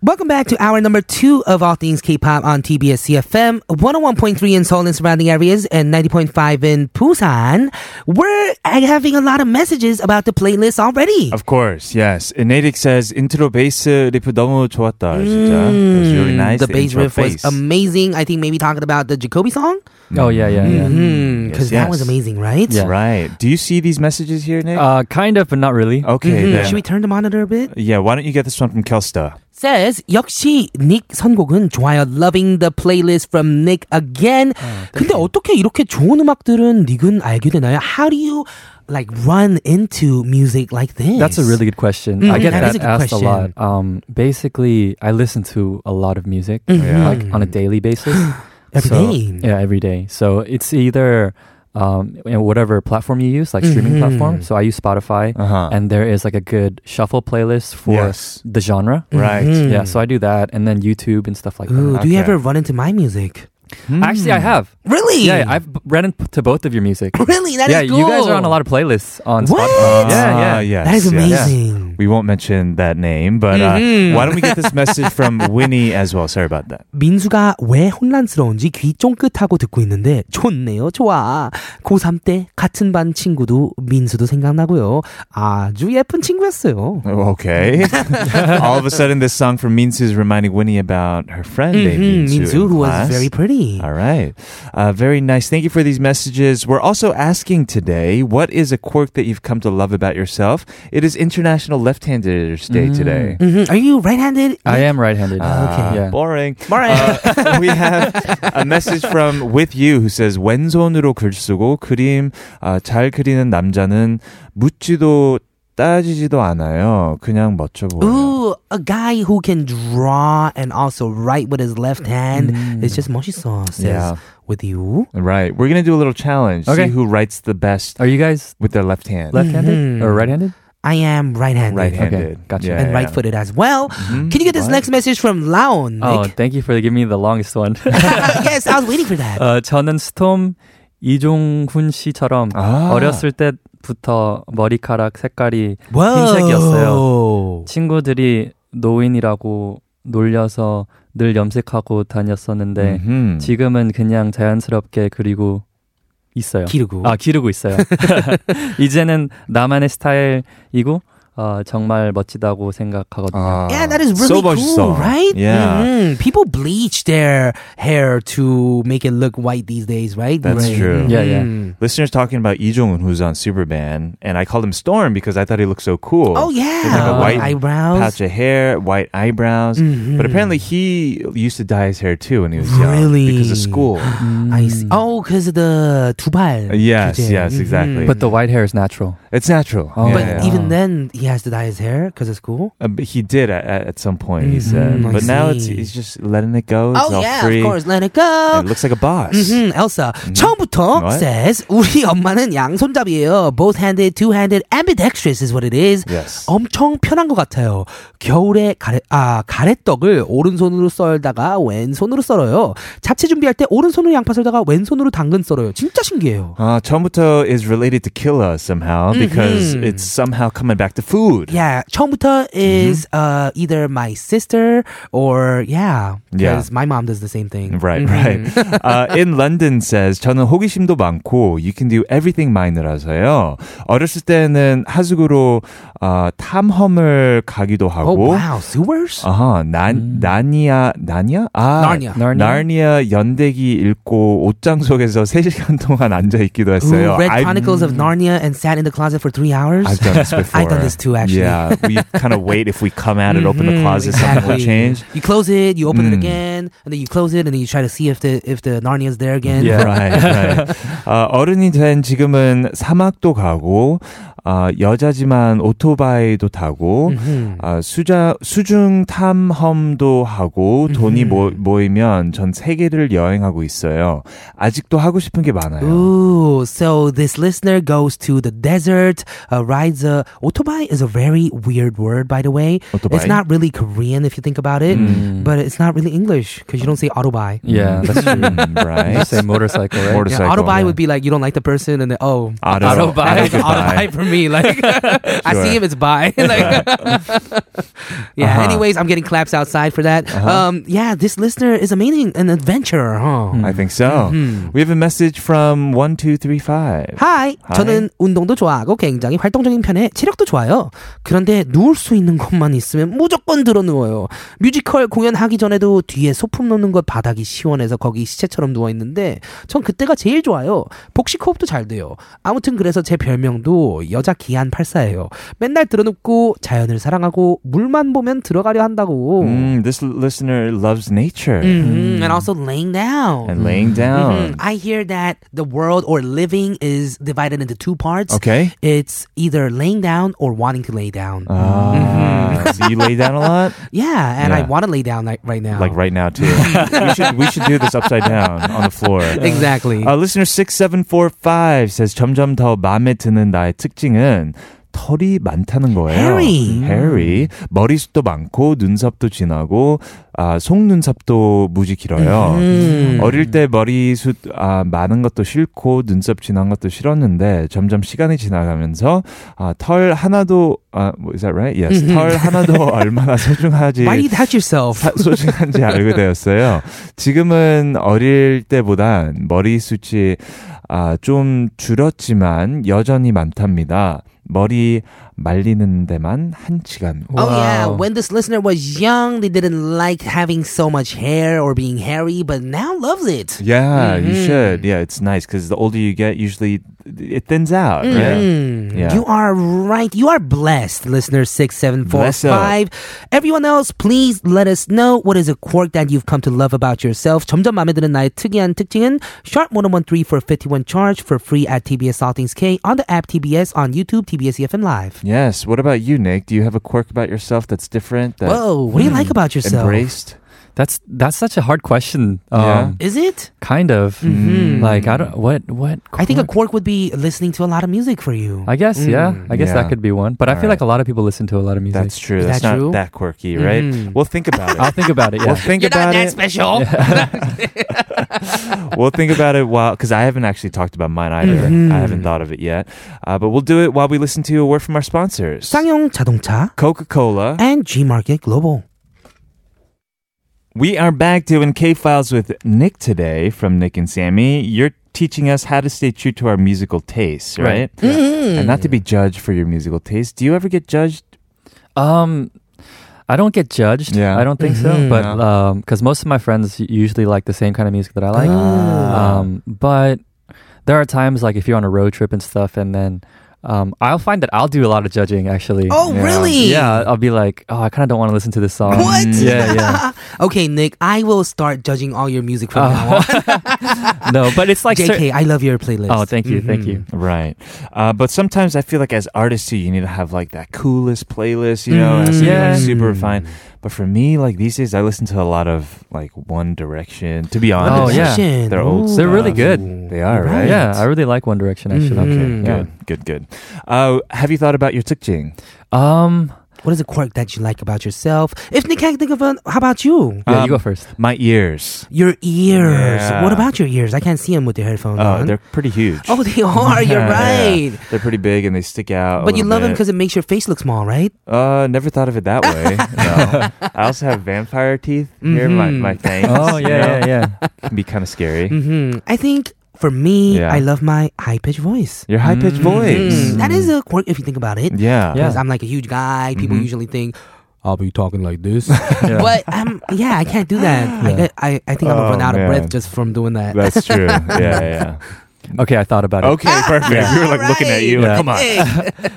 A: Welcome back to hour number two of All Things K-Pop on TBS CFM, 101.3 in Seoul and surrounding areas and 90.5 in Busan. We're uh, having a lot of messages about the playlist already.
B: Of course, yes. Inatic says intro bass 리프 너무 좋았다. 진짜. It was really nice.
A: Mm, The bass
B: intro
A: riff was amazing. I think maybe talking about the Jacoby song?
D: Oh yeah, yeah, yeah.
A: Mm,
B: Yes,
A: Because that
B: yes.
A: was amazing, right?
D: Yeah.
B: Right. Do you see these messages here, Nick?
D: Uh, kind of, but not really.
B: okay.
A: Mhm.
B: then.
A: Should we turn the monitor a bit?
B: Yeah, why don't you get this one from Kelsta?
A: says 역시 닉 선곡은 좋아요. Loving the playlist from Nick again.
D: 아,
A: 근데 어떻게 이렇게 좋은 음악들은 닉은 알게 되나요? How do you like run into music like this?
D: That's a really good question.
A: Mhm.
D: I get
A: That
D: that,
A: is a good
D: asked a
A: question.
D: lot. Um, basically, I listen to a lot of music like on a
B: Mm-hmm.
D: daily basis.
A: Mm-hmm. (gasps) Every
D: So-
A: day.
D: Yeah, every day. So it's either um, you know, whatever platform you use, like streaming
A: Mm-hmm.
D: platform. So I use Spotify,
B: Uh-huh.
D: and there is like a good shuffle playlist for
B: Yes.
D: the genre.
B: Right.
A: mm-hmm.
D: Yeah, so I do that, and then YouTube and stuff like
A: Ooh,
D: that.
A: Do you
B: Okay.
A: ever run into my music?
D: Actually, I have.
A: Really?
D: Yeah, I've b- ran into both of your music.
A: (laughs) really. That is
D: yeah,
A: cool.
D: you guys are on a lot of playlists on
A: What?
D: Spotify.
B: Ah,
D: Yeah, yeah.
B: Yes,
A: That is
B: yes.
A: amazing. Mm-hmm.
B: We won't mention that name, but uh, why don't we get this
A: (laughs)
B: message from Winnie as well? Sorry about that.
A: 민수가 왜 혼란스러운지 귀 쫑긋하고 듣고 있는데 좋네요 좋아 고3 때 같은 반 친구도 민수도 생각나고요 아주 예쁜 친구였어요
B: Oh,
A: (laughs)
B: Okay. All of a sudden, this song from Minsu is reminding Winnie about her friend named Minsu,
A: Minsu
B: in
A: Mm-hmm. Hmm, who was
B: class.
A: very pretty
B: All right. Uh, very nice. Thank you for these messages. We're also asking today what is a quirk that you've come to love about yourself? It is International Left Handers Day today.
A: Mhm. Are you right-handed?
D: I am right-handed.
B: Ah,
D: Yeah.
B: Boring.
A: Boring.
B: Uh, (laughs) we have a message from With You who says 왼손으로 글 쓰고 그림 아, 잘 그리는 남자는 묻지도 따지지도 않아요. 그냥 멋져 보여요.
A: Ooh, a guy who can draw and also write with his left hand. It's just 멋있어. Says
B: Hmm. Yeah.
A: with you.
B: Right. We're going to do a little challenge. See
D: Okay.
B: who writes the best
D: Are you guys
B: with their left hand.
D: left-handed
A: Mhm.
D: or right-handed?
A: I am right-handed.
B: Right-handed.
D: Okay, gotcha.
A: And right-footed as well.
B: Hmm,
A: Can you get this next message from Laon?
D: Oh,
B: (laughs)
A: Nick? (laughs)
D: thank you for giving me the longest one.
A: yes, I was waiting for
B: (laughs)
A: that.
D: 어, 저는 스톰 이종훈 씨처럼
B: 아.
D: 어렸을 때부터 머리카락 색깔이
A: Whoa.
D: 흰색이었어요. 친구들이 노인이라고 놀려서 늘 염색하고 다녔었는데
B: 음.
D: 지금은 그냥 자연스럽게 그리고 있어요.
A: 기르고.
B: Ah,
D: 아 기르고 있어요. (laughs) 이제는 나만의 스타일이고 어, 정말 멋지다고 생각하거든요.
B: 아.
A: Yeah, that is really cool,
B: So much so.
A: right?
B: ah. Yeah.
A: Mhm. People bleach their hair to make it look white these days, right?
B: That's
A: Right.
B: true.
D: Yeah, yeah.
A: Mhm.
B: Listeners talking about Lee Jong-un who's on Superman, and I called him Storm because I thought he looked so cool.
A: Oh yeah,
B: like a white
A: eyebrows.
B: patch of hair, white eyebrows.
A: Mm-hmm.
B: But apparently, he used to dye his hair too when he was young.
A: Really?
B: Because
A: (gasps)
B: of school.
A: I see. Oh, because the 두발.
B: 음. Uh, yes,
A: 규제.
B: yes,
A: Mhm.
B: exactly.
D: But the white hair is natural.
B: it's natural.
D: Oh.
A: But
B: Yeah.
A: even then, he has to dye his hair because it's cool.
B: Uh, but he did at, at at some point, he said.
A: Mhm, I
B: But now it's
A: see.
B: he's just letting it go. It's all free.
A: Oh, of course. Let it
B: It
A: go.
B: looks like a boss.
A: 음, Elsa. 처음부터
B: What?
A: says 우리 엄마는 양손잡이에요. Both-handed, two-handed, ambidextrous is what it is.
B: Yes.
A: 엄청 편한 것 같아요. 겨울에 가래, 아, 가래떡을 오른손으로 썰다가 왼손으로 썰어요. 잡채 준비할 때 오른손으로 양파 썰다가 왼손으로 당근 썰어요. 진짜 신기해요.
B: Uh, 처음부터 is related to killa somehow because
A: Mhm.
B: it's somehow coming back to food.
A: Yeah, 처음부터 is
B: Mm-hmm.
A: uh, either my sister or yeah,
B: Yeah.
A: because my mom does the same thing.
B: Right,
A: Mm-hmm. (laughs)
B: right. uh, in London says 저는 호기심도 많고 you can do everything 마이너라서요. 어렸을 때는 하숙으로 어, 탐험을
A: Oh
B: 가기도 하고
A: wow, sewers.
B: 아하, 난, 나니아, 나니아?
A: 음.
B: 아,
A: 나니아.
B: 나니아. 나니아 연대기 읽고 옷장 속에서 3시간 동안 앉아 있기도 했어요.
A: Ooh, read
B: I've-
A: Chronicles of Narnia and sat in the closet for three hours.
B: I've done this
A: (laughs)
B: before.
A: I've done this too, actually.
B: Yeah, we kind of wait if we come out and open
A: Mhm,
B: the closet, something will
A: exactly.
B: change.
A: You close it, you open it
B: Mm.
A: again, and then you close it, and then you try to see if the if the Narnia's there
B: 예.
A: again.
B: (laughs) right, right. 어, 어른이 된 지금은 사막도 가고 아, 여자지만 오토바이도 타고 아, 수자 수중 탐험도 하고 돈이 모, 모이면 전 세계를 여행하고 있어요. 아직도 하고 싶은 게 많아요.
A: Ooh, so this listener goes to the desert, uh, rides a otobai is a very weird word, by the way.
B: Otobai?
A: It's not really Korean if you think about it, but it's not really English because you don't say autobai.
D: Yeah, that's true.
B: 음,
D: you
B: (laughs) right.
D: say motorcycle, right?
A: Yeah,
B: Motorcycle.
A: autobai would be like you don't like the person, and then oh,
B: Auto-
A: autobi,
B: autobi.
A: autobi for me. Like (laughs) I see him, it's bi. (laughs) like, yeah.
B: Uh-huh.
A: Anyways, I'm getting claps outside for that. Um, yeah, this listener is amazing, an adventurer, huh?
B: I think so. We have a message from 1235.
A: Mm-hmm. Hi.
B: Hi.
A: 저는 운동도 좋아하고 굉장히 활동적인 편에 체력도 좋아요. 그런데 누울 수 있는 곳만 있으면 무조건 들어 누워요. 뮤지컬 공연하기 전에도 뒤에 소품 놓는 것 바닥이 시원해서 거기 시체처럼 누워 있는데 전 그때가 제일 좋아요. 복식 호흡도 잘 돼요. 아무튼 그래서 제 별명도 여자 기안 팔사예요. 맨날 들어 눕고 자연을 사랑하고 물만 보면 들어가려 한다고.
B: Mm, this l- listener loves nature
A: Mhm. And also laying down.
B: 음. and 어. laying
A: Mhm.
B: down.
A: I hear that the world or living is divided into two parts.
B: Okay.
A: It's either laying down or wanting to lay down.
B: Uh, Ah, so you lay down a lot,
A: yeah, and I
B: yeah.
A: want to lay down like, right now.
B: like right now too. we should we should do this upside down on the floor.
A: exactly.
B: Uh, listener 6745 says 점점 더 마음에 드는 나의 특징은 털이 많다는 거예요.
A: Hairy.
B: Hairy. 머리숱도 많고 눈썹도 진하고 아, 속눈썹도 무지 길어요.
A: 음.
B: 어릴 때 머리숱 아, 많은 것도 싫고 눈썹 진한 것도 싫었는데 점점 시간이 지나가면서 아, 털 하나도 아, 뭐, is that right? Yes.
A: 음. (laughs)
B: 털 하나도 얼마나 소중하지
A: Why do you touch yourself?
B: 사- 소중한지 알게 되었어요. 지금은 어릴 때보단 머리숱이 아, 좀 줄었지만 여전히 많답니다. 머리 말리는 데만 한 시간.
A: Oh yeah,
D: Wow.
A: when this listener was young, they didn't like having so much hair or being hairy, but now loves it.
B: Yeah, you
A: Mhm.
B: should. Yeah, it's nice because the older you get, usually it thins out. right?
A: Mm.
B: Yeah.
A: You are right. You are blessed, listener 6745. Everyone else, please let us know what is a quirk that you've come to love about yourself. 점점 마음에 드는 나의 특이한 특징은 sharp 1013 for 51 charge for free at TBS All Things K on the app TBS on YouTube TBS EFM E Live.
B: Yes. What about you, Nick? Do you have a quirk about yourself that's different? That
A: Whoa,
B: Hmm.
A: what do you like about yourself?
B: Embraced.
D: That's that's such a hard question. Um,
B: Yeah. Mm-hmm.
A: Is it?
D: Kind of. Mm-hmm.
A: Mhm.
D: Like I don't what what.
A: I think a quirk
D: quirk-
A: would be listening to a lot of music for you.
D: I guess yeah.
A: Mm.
D: I guess
B: Yeah.
D: that could be one. But I feel
B: Alright.
D: like a lot of people listen to a lot of music.
B: That's true.
A: Is
B: That's
A: that
B: not
A: true?
B: that quirky, right?
A: Mhm.
B: We'll think about it.
D: I'll think about it.
B: We'll
D: Yeah.
B: think
A: You're
B: about
A: not that
B: it.
A: special.
B: (laughs) we'll think about it while because I haven't actually talked about mine either.
A: Mm-hmm.
B: I haven't thought of it yet, uh, but we'll do it while we listen to a word from our sponsors.
A: 쌍용 자동차
B: Coca Cola.
A: and G Market Global.
B: We are back doing K Files with Nick today from Nick and Sammy. You're teaching us how to stay true to our musical tastes, right?
D: Right.
B: And not
A: Mm.
B: to be judged for your musical taste. Do you ever get judged?
D: Um, I don't get judged.
B: Yeah.
D: I don't think
A: Mhm.
D: so. But um, because most of my friends usually like the same kind of music that I like.
B: Ah.
D: Um, but there are times like if you're on a road trip and stuff, and then um, I'll find that I'll do a lot of judging actually.
A: Oh,
B: Yeah.
A: really?
D: Yeah, I'll be like, oh, I kind of don't want to listen to this song.
A: What?
B: Mm.
D: Yeah, yeah.
A: (laughs) Okay, Nick, I will start judging all your music from
D: Oh.
A: now on.
B: (laughs)
D: No, but it's like. cer-
A: JK, I love your playlist.
D: oh, thank you, thank you.
B: Right. Uh, but sometimes I feel like as artists too, you need to have like that coolest playlist, you know, it has to be, like,
D: Mm-hmm. Yeah.
B: super refined. But for me, like these days, I listen to a lot of like One Direction. To be honest,
D: Oh, yeah.
A: Direction.
B: They're old
A: Ooh.
D: They're really good.
B: They are right.
D: Yeah, I really like One Direction actually.
B: Okay.
A: Mm.
B: Good. Good. Good. Uh, have you thought about your tikjing?
D: Um,
A: What is a quirk that you like about yourself? If Nick can't think of one, how about you?
B: Um,
D: yeah, you go first.
B: My ears.
A: Your ears.
B: Yeah.
A: What about your ears? I can't see them with the headphone
B: Oh,
A: on.
B: they're pretty huge.
A: (laughs)
B: (laughs)
A: oh, they are. You're
B: Yeah.
A: right.
B: They're pretty big and they stick out. a
A: But you
B: little
A: love them
B: bit.
A: because it makes your face look small, right?
B: uh, never thought of it that way.
D: (laughs)
B: no. I also have vampire teeth near my
A: Mhm.
B: my fangs.
D: Oh
B: you
D: yeah,
B: know?
D: yeah, yeah. Mm-hmm.
B: It can be kind of scary.
A: hmm I think for me,
B: Yeah.
A: I love my high pitched voice.
B: Your high pitched voice.
A: Mm, That is a quirk if you think about it.
B: Yeah.
D: Mm-hmm. Yeah.
A: Because I'm like a huge guy. People
B: Mhm.
A: usually think I'll be talking like
B: (laughs)
A: this.
D: Yeah.
A: But um, yeah, I can't do that. I, I, I think I'm gonna
B: Oh,
A: run out of breath
B: man.
D: (laughs)
A: just from doing that.
B: That's true. Yeah, yeah.
D: Okay, I thought about it.
B: Okay, perfect. (laughs) We were like looking at you. like,
D: Yeah.
B: Come on.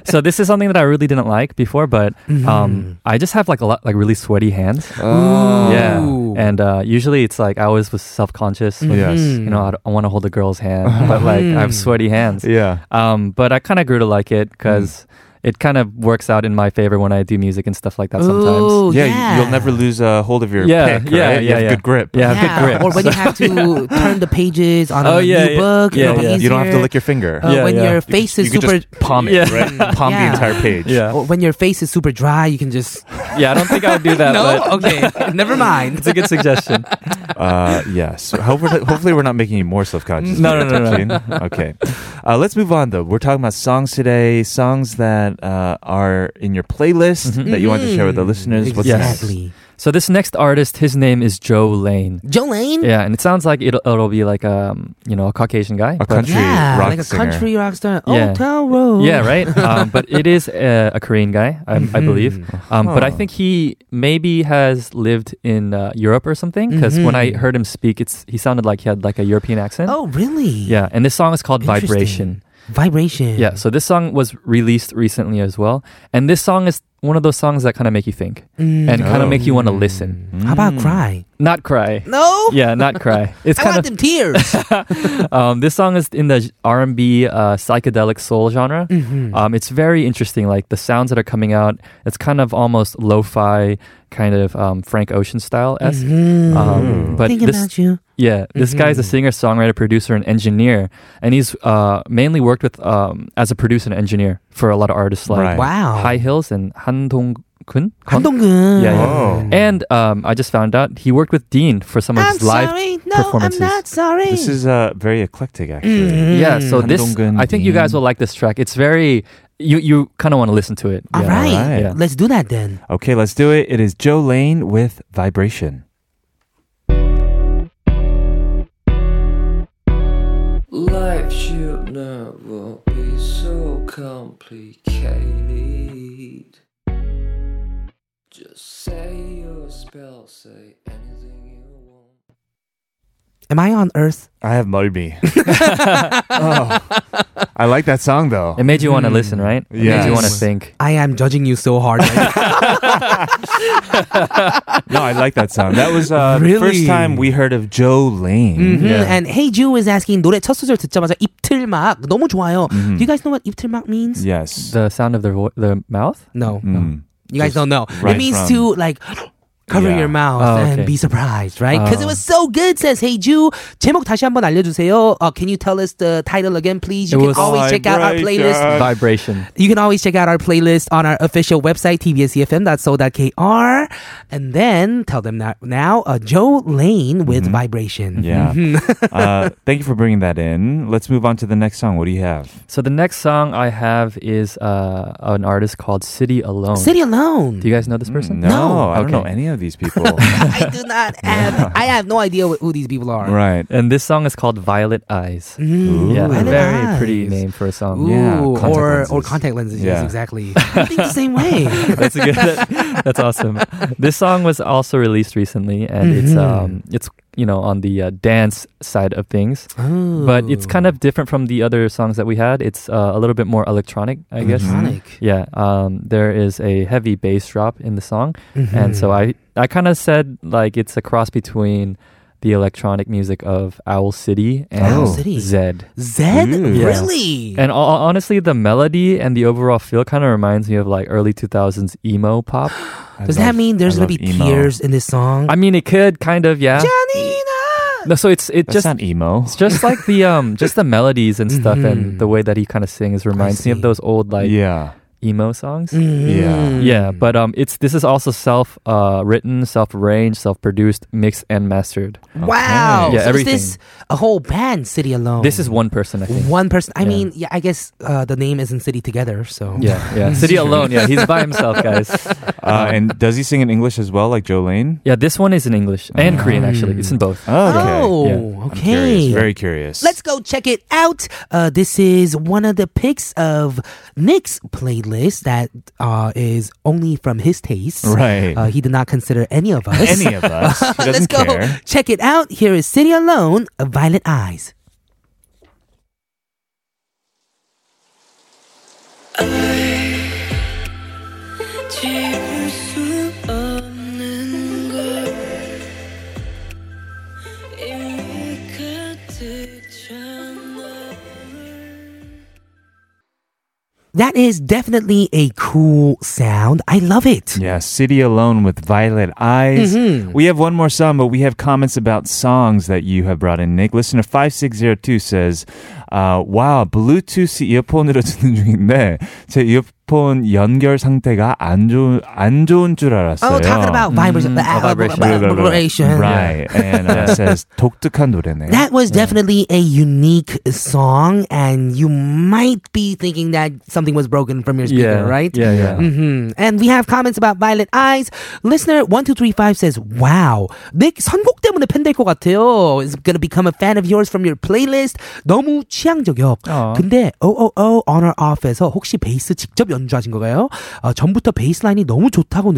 D: So this is something that I really didn't like before, but
A: Mm-hmm.
D: um, I just have like a lot, like really sweaty hands.
B: Oh.
D: Yeah,
A: Ooh.
D: and uh, usually it's like I always was self conscious.
B: Yes.
D: You know, I, want to hold a girl's hand,
B: (laughs)
D: but like
A: Mm.
D: I have sweaty hands.
B: Yeah. Mm.
D: Um, but I kind of grew to like it because it kind of works out in my favor when I do music and stuff like that. Sometimes.
A: Ooh,
B: yeah, you- you'll never lose a hold of your
D: Yeah,
B: pick, right?
D: yeah,
B: you
D: yeah,
B: have
D: yeah.
B: good grip.
D: Yeah,
A: Yeah,
D: good grip.
A: Or when you have
D: (laughs)
A: to turn the pages on
D: Oh,
A: a
D: yeah,
A: new
D: yeah.
A: book,
D: Yeah,
A: it'll be
D: yeah.
B: You don't have to
A: easier.
B: lick your finger.
A: Uh,
D: Yeah,
A: when
D: yeah.
A: your
D: You
A: face is
B: you could
A: super
B: just palm it,
D: Yeah.
B: right?
A: Mm.
B: Palm
A: Yeah.
B: the entire page.
D: yeah.
A: Or
D: Oh.
A: when your face is super dry, you can just
D: Yeah, I don't think I would do
A: (laughs)
D: that.
A: no.
D: but (laughs)
A: Okay, never
D: It's
A: mind.
D: a good suggestion.
B: Uh, yes. Hopefully, hopefully, we're not making you more self-conscious.
D: No, no, no, no.
B: Jean. Okay. Uh, let's move on, though. We're talking about songs today, songs that uh, are in your playlist
D: Mm-hmm.
B: that you want to share with the listeners. What's next?
A: exactly.
D: So this next artist, his name is Joe Lane.
A: Jolene.
D: Yeah, and it sounds like it'll, it'll be like um, you know, a Caucasian guy.
B: A
D: but-
B: country
A: Yeah,
B: rock
A: like a
B: singer.
A: country rock star.
D: Yeah.
A: Old Town Road.
D: (laughs) Yeah,
A: (laughs)
D: right. Um, but it is a, a Korean guy, I, I
A: Mm-hmm.
D: believe.
A: Oh.
D: Um, But I
B: Huh.
D: think he maybe has lived in uh, Europe or something. Because when I heard him speak, it's he sounded like he had like a European accent.
A: Mm-hmm. Oh, really?
D: yeah. And this song is called
A: Interesting.
D: Vibration.
A: Vibration.
D: Yeah. So this song was released recently as well, and this song is one of those songs that kind of make you think and kind
B: Oh.
D: of make you want to listen,
A: How about cry?
D: not cry.
A: Mm. Oh. No.
D: Mm. Yeah, not
A: (laughs)
D: cry. It's
A: I
D: kind
A: want them
D: of
A: tears.
D: (laughs) um, this song is in the R and B uh, psychedelic soul genre.
A: Mm-hmm.
D: Um, it's very interesting. Like the sounds that are coming out, it's kind of almost lo-fi, kind of um, Frank Ocean style esque.
A: Mm.
B: Mm.
D: Um, but
A: Thinking
D: this,
A: Mm-hmm. about you.
D: yeah, this guy's a
B: Mm-hmm.
D: singer, songwriter, producer, and engineer, and he's uh, mainly worked with um, as a producer and engineer for a lot of artists like
B: Right.
A: Wow.
D: High Hills and Han Dong Kun.
A: 한동근.
D: Yeah, yeah.
B: Oh.
D: And um, I just found out he worked with Dean for some of
A: I'm
D: his live
A: sorry. No, I'm
D: performances.
A: not sorry.
B: This is uh, very eclectic, actually.
D: Yeah,
B: Mm.
D: so this
B: 한동근
D: I think you
B: mm.
D: guys will like this track. It's very you you kind of want to listen to it.
A: All
D: Yeah.
A: right.
B: alright.
D: Yeah.
A: Let's do that then.
B: Okay, let's do it. It is Joe Lane with Vibration.
E: Life should never be so complicated. Just say your spell, say anything you want.
A: Am I on Earth?
B: I have
D: (laughs)
B: Moby. (laughs) oh, I like that song though.
D: It made you want to listen, right? It made you want to
B: Mm. Yes.
D: think.
A: I am judging you so hard. Right now.
B: No, I like that song. That was uh, the first
A: Really?
B: time we heard of Joe Lane.
A: Mhm.
D: (laughs) Yeah.
A: And Hey Ju is asking 노래 첫 소절 듣자마자 입틀막 너무 좋아요.
D: Mm-hmm.
A: Do you guys know what 입틀막 means?
B: Yes.
D: The sound of the vo- the mouth.
A: No,
D: Mm-hmm.
A: no.
B: Mm.
A: You guys don't know.
B: right
A: it means
B: from-
A: to like cover
B: Yeah.
A: your mouth
D: Oh,
A: and
D: okay.
A: be surprised, right? Because it
D: Oh.
A: was so good. Says Hey Ju. 제목 다시 한번 알려주세요. Uh, can you tell us the title again, please? You
D: It
A: can
D: was
A: always check out our playlist.
B: Vibration. Uh,
D: Vibration.
A: You can always check out our playlist on our official website, tbscfm.so.kr. And then tell them now, now uh, Joe Lane with Vibration.
B: Yeah. (laughs) uh, thank you for bringing that in. Let's move on to the next song. What do you have?
D: So the next song I have is uh, an artist called City Alone.
A: City Alone.
D: Do you guys know this person?
B: Mm, No, I don't know
D: Okay.
B: any of these (laughs) people.
A: I do not have, I have no idea wh- who these people are.
B: right.
D: And this song is called Violet Eyes.
A: Mm,
D: Yeah,
A: Violet
D: very
A: Eyes.
D: pretty name for a song.
A: Ooh,
B: Yeah, contact
A: or or
B: lenses.
A: contact lenses. Yes,
B: Yeah.
A: exactly. I think the same way.
D: that's a good. (laughs) that's awesome. This song was also released recently, and it's
A: Mm-hmm.
D: um, it's you know on the uh, dance side of things, but it's kind of different from the other songs that we had. It's uh, a little bit more electronic, I guess.
A: Electronic.
D: Yeah, um, there is a heavy bass drop in the song, and so
A: Mm-hmm.
D: I I kind of said like it's a cross between the electronic music of Owl City and
A: Owl City.
D: Zed.
A: Zed,
B: Ooh.
D: Yeah.
A: really?
D: And ho- honestly, the melody and the overall feel kind of reminds me of like early 2000s emo pop.
B: I
A: Does
B: love-
A: that mean there's
B: I
A: gonna
B: love
A: be
B: emo.
A: tears in this song?
D: I mean, it could kind of, yeah.
A: Janina.
D: No, so it's it
B: That's
D: just
B: not emo.
D: it's just like the um just the melodies and stuff and the way that he kind of sings reminds me of
A: see.
D: those old like
B: yeah. Mm-hmm.
D: emo songs.
B: Yeah.
D: Yeah, but um, it's this is also self uh written, self arranged, self produced, mixed and mastered.
A: Wow. so
D: Yeah, everything.
A: Is this a whole band, City Alone?
D: This is one person, I think.
A: one person. I
D: Yeah.
A: mean, yeah, I guess uh, the name isn't City Together, so.
D: Yeah, yeah. City alone. Yeah, he's by himself, guys.
B: Uh, and does he sing in English as well, like Joe Lane?
D: Yeah, this one is in English and Korean actually. It's in both.
B: Oh, okay.
A: Oh,
D: Yeah.
B: I'm curious.
A: okay.
B: Very curious.
A: Let's go check it out. Uh, this is one of the picks of Nick's playlist that uh, is only from his taste.
B: Right.
A: Uh, he did not consider any of us.
B: Any of us. He
A: (laughs) Let's
B: doesn't
A: go
B: care.
A: check it out. Here is City Alone, Violet Eyes.
C: 지울 수 없는 걸 이미 가득 찬 너를
A: That is definitely a cool sound. I love it.
B: Yeah, City Alone with Violet Eyes.
A: Mm-hmm.
B: We have one more song, but we have comments about songs that you have brought in, Nick. Listener 5602 says, uh, wow, Bluetooth 이어폰으로 (laughs) 듣는 중인데, 제 이어폰 연결 상태가 안, 좋은, 안 좋은 줄 알았어요.
A: Oh, talking about vibration.
D: Mm,
A: uh,
D: vibration.
A: uh, uh, vibration.
B: Right. And uh, says, 독특한 노래네요.
A: That was definitely a unique song, and you might be thinking that something was broken from your speaker,
D: yeah,
A: right?
D: Yeah, yeah.
A: Mhm. And we have comments about Violet Eyes. Listener 1235 says, Wow, 닉 선곡 때문에 팬될것 같아요. Is gonna become a fan of yours from your playlist. 너무 취향저격.
D: 어.
A: 근데 OOO on or off에서 혹시 베이스 직접 연주하신 거가요? 아, 전부터 베이스 라인이 너무 좋다고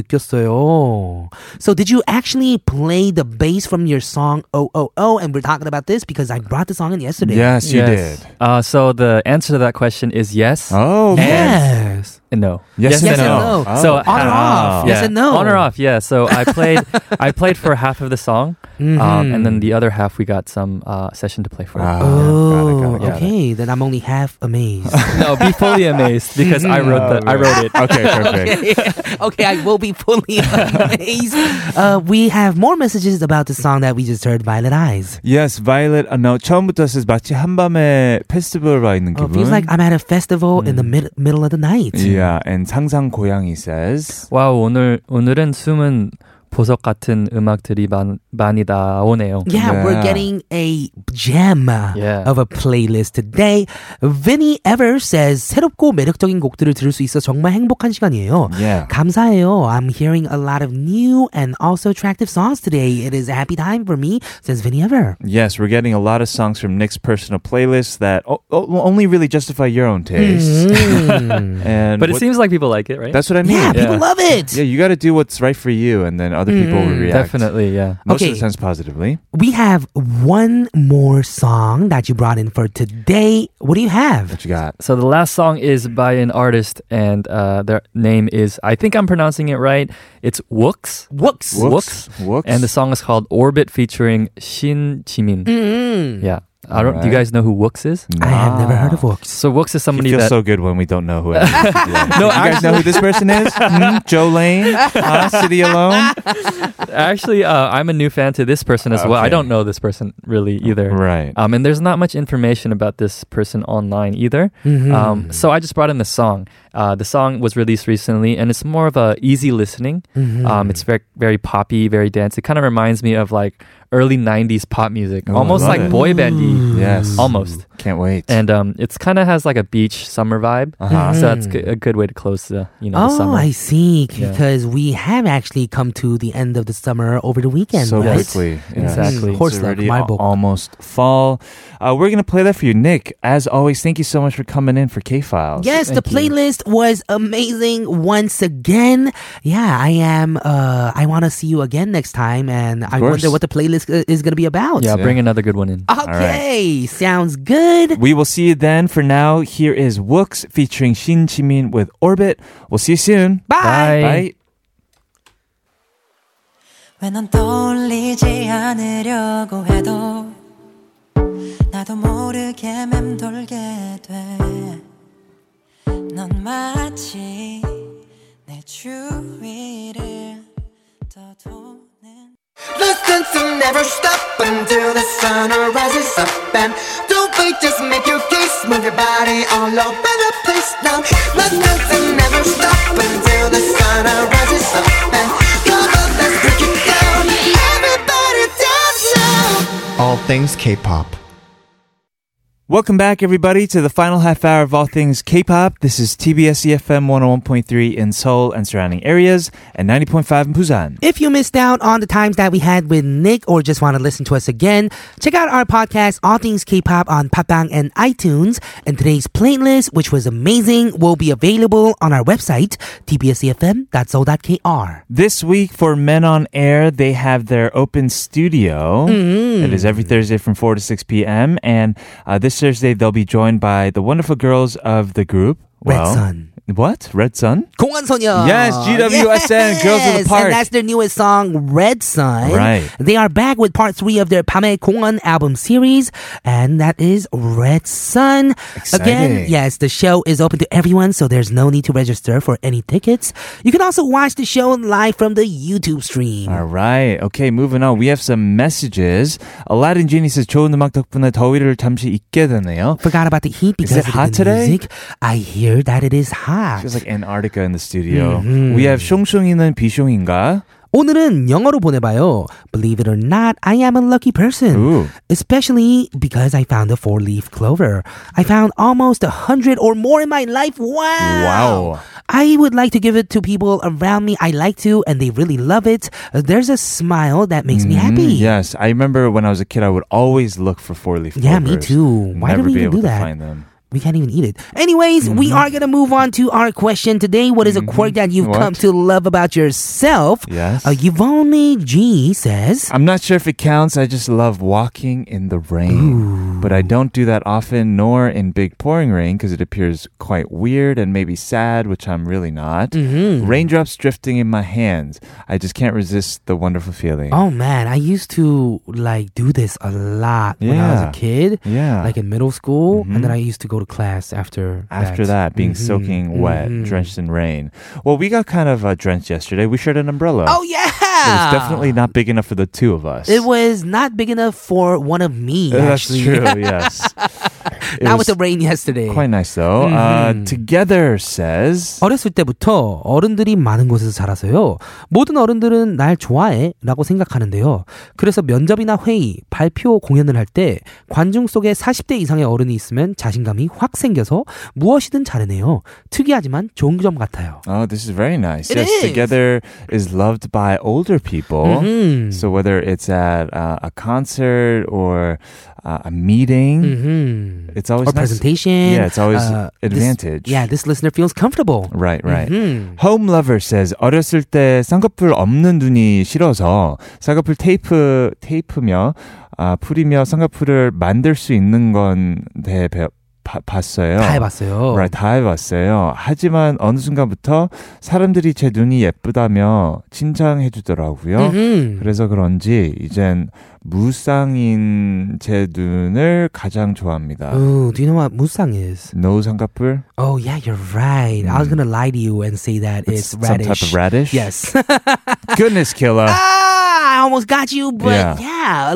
A: 느꼈어요. So did you actually play the bass from your song OOO? And we're talking about this because I brought the song in yesterday.
B: Yes, you
D: Yes.
B: did.
D: Uh, so the answer to that question is yes
B: Oh,
A: Yes.
D: and no.
B: Yes,
A: Yes
B: and
A: and
B: no.
A: no.
B: Oh,
D: So uh,
A: On or off?
B: wow.
A: Yes and no.
D: On or off? Yeah. So I played, (laughs) I played for half of the song, um,
A: Mm-hmm.
D: and then the other half we got some uh, session to play for.
B: Ah, got it,
A: Oh,
B: got it, got it.
A: okay. Then I'm only half amazed.
D: (laughs) No, be fully amazed because I wrote that. I
A: (laughs)
D: wrote it.
B: Okay, perfect.
A: okay, I will be fully (laughs) amazed. Uh, we have more messages about the song that we just heard, Violet Eyes.
B: Yes, Violet. Uh, no, 처음부터 says 마치 한밤에 페스티벌 와 있는
A: Oh,
B: 기분.
A: it feels like I'm at a festival in the mid- middle of the night.
B: Hmm. Yeah, and 상상 고양이 says.
D: 와우 오늘 오늘은 숨은 보석 같은 음악들이 많, 많이 나오네요.
A: Yeah, we're
B: Yeah.
A: getting a gem
D: Yeah.
A: of a playlist today. Vinny Ever says 새롭고 매력적인 곡들을 들을 수 있어 정말 행복한 시간이에요.
B: Yeah.
A: 감사해요. I'm hearing a lot of new and also attractive songs today. It is a happy time for me, says Vinny Ever.
B: Yes, we're getting a lot of songs from Nick's personal playlist that o- o- will only really justify your own tastes.
A: Mm.
B: (laughs) And
D: But it
B: what-
D: seems like people like it, right?
B: that's what I mean.
A: yeah, people
D: Yeah.
A: love it. Mm,
B: Yeah, you got to do what's right for you, and then other people will react.
D: definitely yeah.
B: Most
A: Okay.
B: of the times positively.
A: We have one more song that you brought in for today. What do you have?
B: What you got?
D: So the last song is by an artist, and uh, their name is I think I'm pronouncing it right. It's Wooks.
A: Wooks.
D: Wooks.
B: Wooks.
D: And the song is called Orbit featuring Shin Jimin.
B: Hmm.
A: Mm.
D: Yeah. I don't. Do you
B: Alright.
D: guys know who Wooks is?
A: I have never heard of Wooks.
D: So Wooks
B: It
D: is somebody
B: feels
D: that.
B: so good when we don't know
A: (laughs)
B: who. it is. Yeah.
D: No,
B: you guys know who this person is? Hmm? Joe Lane, huh? City
A: (laughs)
B: Alone.
D: actually, uh, I'm a new fan to this person as well. I
B: Okay. Oh,
D: don't know this person really either.
B: Right.
D: Um, and there's not much information about this person online either. Um, so I just brought in the song. Uh, the song was released recently, and it's more of a easy listening. Um, it's very very poppy, very dance. It kind of reminds me of like early '90s pop music,
B: Oh, I
D: almost
B: love
D: like
B: it.
D: boy bandy,
B: Yes.
D: almost.
B: Can't wait.
D: And um, it's kind of has like a beach summer vibe.
B: Uh-huh.
D: So that's g- a good way to close the you know the
A: Mm. Oh,
D: summer.
A: I see.
D: Yeah.
A: Because we have actually come to the end of the summer over the weekend,
B: so
A: right?
B: quickly. Yes. It's
D: Exactly.
A: Horse
B: already
A: luck, my
B: al-
A: book.
B: almost fall. Uh, we're going to play that for you. Nick, as always, thank you so much for coming in for K Files.
A: Yes, the
D: Thank you.
A: playlist was amazing once again. Yeah, I am. Uh, I want to see you again next time, and I
B: course.
A: wonder what the playlist uh, is going to be about.
D: yeah, bring another good one
A: Ah,
D: in.
A: Okay, sounds good.
B: We will see you then. For now, here is Wooks featuring Shin Jimin with Orbit. We'll see you soon.
D: Bye.
B: Bye.
F: 왜 넌 떠올리지 않으려고 해도 나도 모르게 맴돌게 돼. 넌 마치 내 주위를 떠도는
G: Listen to never stop until the sun rises up and don't wait, just make your case, move your body all over the place now. Listen to never stop until the sun rises up and come on, let's break it down. Everybody dance now.
H: All things K-pop.
B: Welcome back, everybody, to the final half hour of all things K-pop. This is TBS EFM 101.3 in Seoul and surrounding areas, and 90.5 in Busan.
A: If you missed out on the times that we had with Nick or just want to listen to us again, check out our podcast, All Things K-Pop on Papang and iTunes. And today's playlist, which was amazing, will be available on our website, tbscfm.so.kr.
B: This week for Men on Air, they have their open studio.
A: Mm-hmm.
B: It is every Thursday from 4 to 6 p.m. And uh, this Thursday, they'll be joined by the wonderful girls of the group.
A: Red
B: Well,
A: Sun.
B: What? Red Sun?
A: 공원소녀.
B: Yes, GWSN, Girls of the
A: Yes,
B: Park.
A: And that's their newest song, Red Sun.
B: Right.
A: They are back with part three of their 밤의 공원 album series, and that is Red Sun. Again,
B: Exciting.
A: yes, the show is open to everyone, so there's no need to register for any tickets. You can also watch the show live from the YouTube stream.
B: All right. Okay, moving on. We have some messages. Aladdin Genie says 좋은 음악 덕분에 더위를 잠시 잊게 되네요.
A: Forgot about the heat
B: Is
A: because
B: it
A: of the
B: hot today?
A: music. I hear that it is hot.
B: Feels like Antarctica in the studio.
A: Mm-hmm.
B: We have 숑숑이는 비숑인가?
A: 오늘은 영어로 보내봐요. Believe it or not, I am a lucky person.
B: Ooh.
A: Especially because I found a four leaf clover. I found almost a hundred or more in my life. Wow.
B: Wow.
A: I would like to give it to people around me I like to, and they really love it. There's a smile that makes me happy.
B: Mm, yes, I remember when I was a kid, I would always look for four leaf
A: Yeah, me too. Why do
B: Never
A: we
B: be
A: even
B: able
A: do
B: to
A: that?
B: find them.
A: We can't even eat it. Anyways, we
B: Mm-hmm.
A: are going to move on to our question today. What is a quirk that you've
B: What?
A: come to love about yourself?
B: Yes.
A: Uh, Yvonne G says,
B: I'm not sure if it counts. I just love walking in the rain. But I don't do that often, nor in big pouring rain, because it appears quite weird and maybe sad, which I'm really not.
A: Mm-hmm.
B: Raindrops drifting in my hands. I just can't resist the wonderful feeling.
A: Oh man, I used to like do this a lot when I was a
B: Yeah.
A: kid.
B: Yeah. Mm-hmm.
A: Like in middle school, and then I used to go to class after
B: after that, being
A: Mm-hmm.
B: soaking wet, drenched in rain. Well, we got kind of uh, drenched yesterday. We shared an umbrella.
A: Oh yeah.
B: It was definitely not big enough for the two of us.
A: It was not big enough for one of me.
B: Uh, That's
A: actually.
B: true, (laughs) yes. It
A: Not
B: was
A: with the Mm-hmm. rain yesterday.
B: Quite nice, though. Uh, together says.
A: 어렸을 때부터 어른들이 많은 곳에서 자라서요. 모든 어른들은 날 좋아해 라고 생각하는데요. 그래서 면접이나 회의, 발표 공연을 할 때 관중 속에 40대 이상의 어른이 있으면 자신감이 확 생겨서 무엇이든 잘해내요. 특이하지만 좋은 점 같아요.
B: Oh, this is very nice.
A: It
B: yes,
A: is.
B: together is loved by older people.
A: Mhm.
B: 어? So whether it's at uh, a concert or uh, a meeting,
A: Mhm.
B: it's always
A: or
B: nice.
A: presentation. Uh,
B: Yeah, it's always
A: this-
B: advantage.
A: yeah, this listener feels comfortable.
B: Right, right.
A: Mhm.
B: Home Lover says 어렸을 때 쌍꺼풀 없는 눈이 싫어서 쌍꺼풀 테이프 테이프며 아, 풀이며 쌍꺼풀을 만들 수 있는 건데 배- 바- 봤어요.
A: 다 해봤어요.
B: Right, 다 해봤어요. 하지만 어느 순간부터 사람들이 제 눈이 예쁘다며 칭찬해주더라고요.
A: Mhm.
B: 그래서 그런지 이젠 무쌍인 제 눈을 가장 좋아합니다.
A: Ooh, 어, do you know what musang is?
B: 노 쌍꺼풀?
A: Oh yeah, you're right. I was gonna lie to you and say that it's,
B: Hmm. some
A: radish.
B: type of Oh. radish? (laughs)
A: Yes.
B: Goodness killer.
A: (laughs) ah, I almost got you, but yeah.
B: Yeah.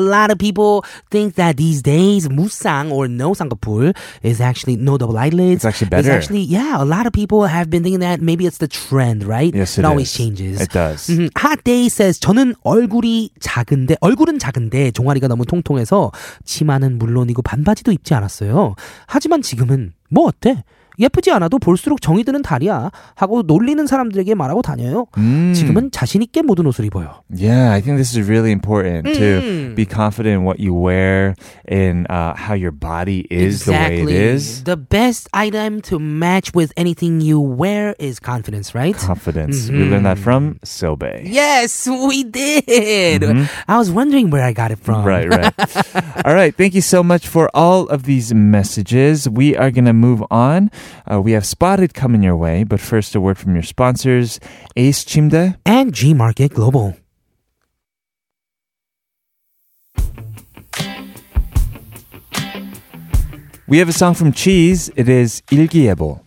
A: a lot of people think that these days musang or no sangapul is actually no double eyelids.
B: It's actually better.
A: actually yeah. A lot of people have been thinking that maybe it's the trend, right?
B: Yes,
A: it,
B: it
A: always
B: is.
A: changes.
B: It does.
A: 음, Hot Day says 저는 얼굴이 작은데 얼굴은 작은데 종아리가 너무 통통해서 치마는 물론이고 반바지도 입지 않았어요. 하지만 지금은 뭐 어때? 예쁘지 않아도 볼수록 정이 드는 다리야 하고 놀리는 사람들에게 말하고 다녀요.
B: 음.
A: 지금은 자신 있게 모든 옷을 입어요.
B: Mm. Yeah, I think this is really important to
A: Mm.
B: be confident in what you wear and uh, how your body is the way it is.
A: The best item to match with anything you wear is confidence, right?
B: Confidence. We learned that from Sobe.
A: yes, mm-hmm. we did. I was wondering where I got it from. (laughs)
B: Mm-hmm. Right, right. all right. Thank you so much for all of these messages. We are going to move on. Uh, we have Spotted coming your way, but first, a word from your sponsors Ace Chimde.
A: And G Market Global.
B: We have a song from Cheese. It is 일기예보.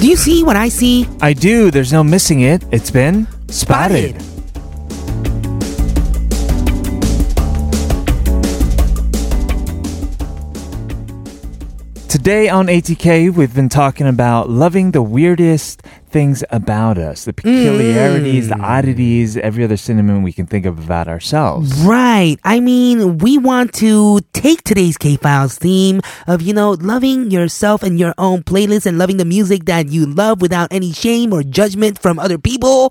A: Do you see what I see?
B: I do. There's no missing it. It's been
A: Spotted.
B: spotted. Today on ATK, we've been talking about loving the weirdest things about us, the peculiarities, the oddities, every other sentiment we can think of about ourselves.
A: Right. I mean, we want to take today's K Files theme of, you know, loving yourself and your own playlist and loving the music that you love without any shame or judgment from other people.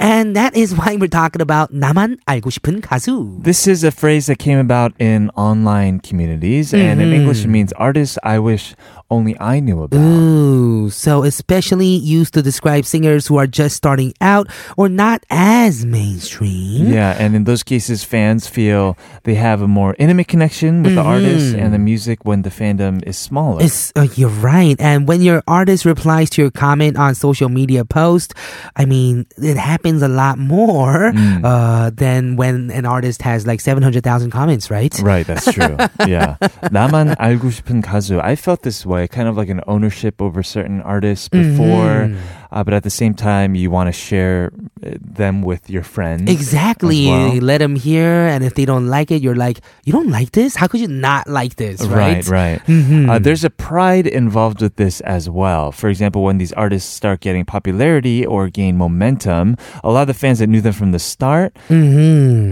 A: And that is (laughs) why we're talking about 나만 알고 싶은 가수.
B: This is a phrase that came about in online communities, and in English it means artists I wish only I knew about.
A: Ooh, so especially used to describe singers who are just starting out or not as mainstream.
B: Yeah, and in those cases, fans feel they have a more intimate connection with the artist and the music when the fandom is smaller.
A: It's, uh, you're right. And when your artist replies to your comment on social media post, I mean, it happens a lot more
B: Mm.
A: uh, than when an artist has like 700,000 comments, right?
B: right, that's true. yeah. 나만 알고 싶은 가수. I felt this way, kind of like an ownership over certain artists
A: Mm-hmm.
B: before, uh, but at the same time, you want to share uh, them with your friends.
A: Exactly.
B: as well.
A: You let them hear, and if they don't like it, you're like, you don't like this? How could you not like this, right?
B: Right, right. Uh, there's a pride involved with this as well. For example, when these artists start getting popularity or gain momentum, a lot of the fans that knew them from the start are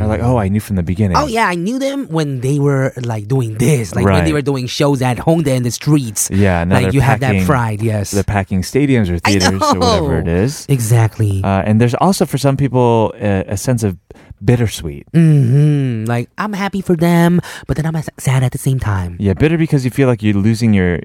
B: like, oh, I knew from the beginning.
A: Mm-hmm. Oh yeah, I knew them when they were like doing this, like when they
B: Right.
A: were doing shows at Hongdae in the streets.
B: Yeah, now
A: like
B: they're
A: you have that
B: packing-
A: pride, yes,
B: They're packing stadiums or theaters or whatever it
A: know.
B: is.
A: exactly.
B: Uh, and there's also, for some people, a, a sense of bittersweet.
A: hmm Like I'm happy for them, but then I'm s- sad at the same time.
B: Yeah, bitter because you feel like you're losing your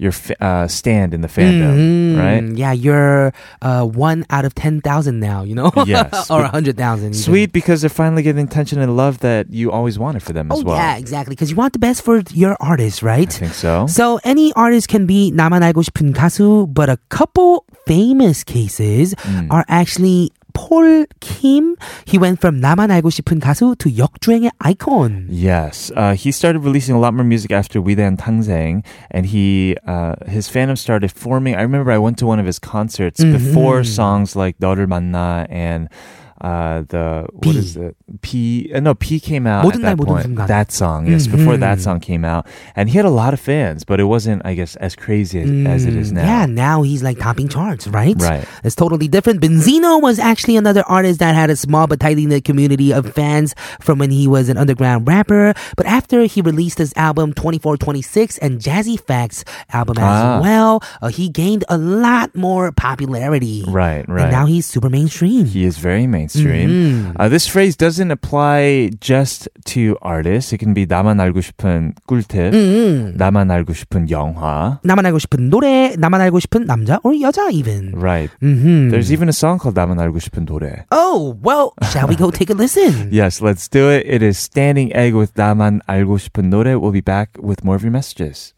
B: your f- uh, stand in the fandom,
A: Mhm.
B: right?
A: Yeah, you're uh, one out of ten thousand now. You know, (laughs)
B: Yes,
A: or a
B: but
A: hundred thousand.
B: Sweet because they're finally getting attention and love that you always wanted for them
A: Oh
B: as well.
A: yeah, exactly. Because you want the best for your artist, right?
B: I think so.
A: So any artist can be 나만 알고 싶은 가수, but a couple famous cases
B: Mm. Hmm.
A: are actually Paul Kim. He went from 나만 알고 싶은 가수 to 역주행의 icon.
B: Yes, uh, he started releasing a lot more music after We Dan Tangzang, and he uh, his fandom started forming. I remember I went to one of his concerts
A: Mm-hmm.
B: before songs like "너를 만나" and uh, the what
A: P.
B: is it? P uh, no P came out
A: 모든
B: at
A: 날
B: that
A: 모든
B: point.
A: 순간. Mm-hmm.
B: That song, yes, before that song came out, and he had a lot of fans, but it wasn't, I guess, as crazy as, as it is now.
A: Mm, Yeah, now he's like topping charts, right?
B: Right.
A: It's totally different. Benzino was actually another artist that had a small but tightly knit community of fans from when he was an underground rapper. But after he released his album 2426 and Jazzy Facts album as
B: Ah.
A: well, uh, he gained a lot more popularity.
B: Right,
A: And
B: right.
A: now Mm-hmm. he's super mainstream.
B: He is very mainstream. Uh, this phrase doesn't apply just to artists. It can be 나만 알고 싶은
A: Mm-hmm.
B: 꿀팁, 나만 알고 싶은 영화.
A: 나만 알고 싶은 노래, 나만 알고 싶은 남자 or 여자 even.
B: Right.
A: hmm
B: There's even a song called 나만 알고 싶은 노래.
A: Oh, well, shall we
B: (laughs)
A: go take a listen?
B: Yes, let's do it. It is Standing Egg with 나만 알고 싶은 노래. We'll be back with more of your messages.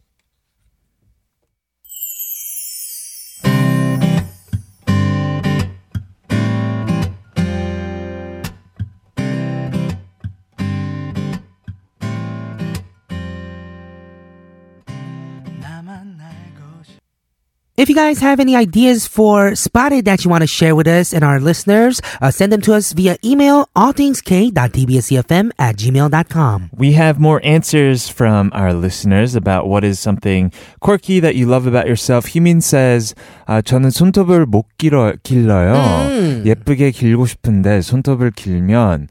A: If you guys have any ideas for Spotted that you want to share with us and our listeners, uh, send them to us via email allthingsk.tbscfm E at gmail.com.
B: We have more answers from our listeners about what is something quirky that you love about yourself. 희민 says, 아, 저는 손톱을 못 길어, 길러요. 예쁘게 길고 싶은데 손톱을 길면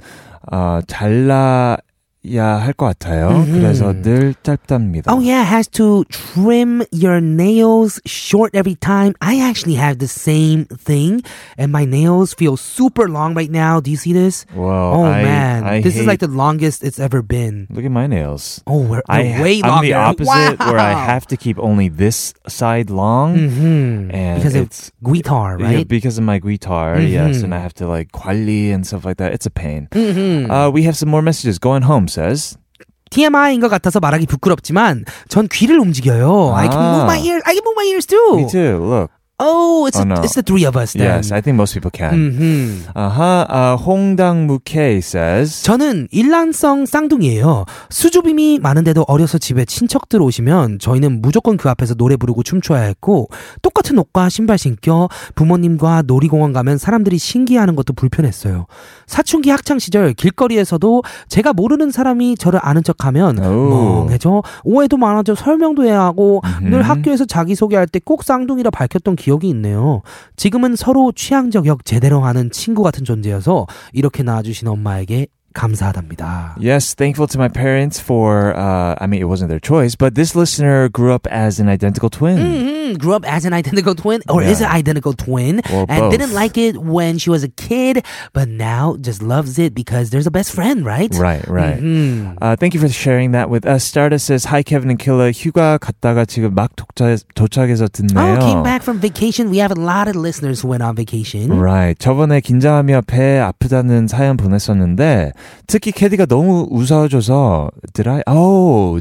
B: 아, 잘라야 할 것 같아요. 그래서 늘 짧답니다.
A: Oh yeah, has to trim your nails short every time. I actually have the same thing and my nails feel super long right now. Do you see this?
B: Wow,
A: Oh
B: I-
A: man,
B: I
A: this is like the
B: hate-
A: longest it's ever been.
B: Look at my nails.
A: Oh, we're,
B: I,
A: they're way
B: I'm
A: longer.
B: the opposite
A: wow.
B: where I have to keep only this side long.
A: Mhm.
B: And
A: because it's
B: it's
A: guitar,
B: Yeah,
A: right? Mm-hmm.
B: because of my guitar, yes, and I have to like 관리 and stuff like that. It's a pain.
A: Mm-hmm.
B: Uh, we have some more messages. Going home says,
A: TMI인 것 같아서 말하기 부끄럽지만 전 귀를 움직여요. I can
B: 아.
A: move my ears. I can move my ears too.
B: me too. Look,
A: Oh, it's a-
B: Oh, no.
A: it's the three of us then.
B: Yes, I think most people can.
A: hmm
B: Uh-huh. Uh, 홍당 무케 says.
A: 저는 일란성 쌍둥이에요. 수줍음이 많은데도 어려서 집에 친척들 오시면 저희는 무조건 그 앞에서 노래 부르고 춤춰야 했고 똑같은 옷과 신발 신겨 부모님과 놀이공원 가면 사람들이 신기해하는 것도 불편했어요. 사춘기 학창 시절 길거리에서도 제가 모르는 사람이 저를 아는 척하면
B: 오.
A: 멍해져 오해도 많아져 설명도 해야 하고
B: 음흠.
A: 늘 학교에서 자기 소개할 때 꼭 쌍둥이라 밝혔던 기억이 있네요. 지금은 서로 취향 저격 제대로 하는 친구 같은 존재여서 이렇게 낳아주신 엄마에게 감사하답니다.
B: Yes, thankful to my parents for, uh, I mean, it wasn't their choice, but this listener grew up as an identical twin.
A: Mm-hmm. Grew up as an identical twin, or is an
B: Yeah.
A: identical twin,
B: Or
A: and
B: both.
A: didn't like it when she was a kid, but now just loves it because there's a best friend, right?
B: Right, right.
A: Mhm.
B: Uh, thank you for sharing that with us. Stardust says, Hi, Kevin and Killa. 휴가 갔다가 지금 막 도착, 도착해서
A: Oh,
B: 듣네요.
A: came back from vacation. We have a lot of listeners who went on vacation.
B: Right. 저번에 긴장하며 배 아프다는 사연 보냈었는데 특히 캐디가 너무 웃어줘서 드라이. 아우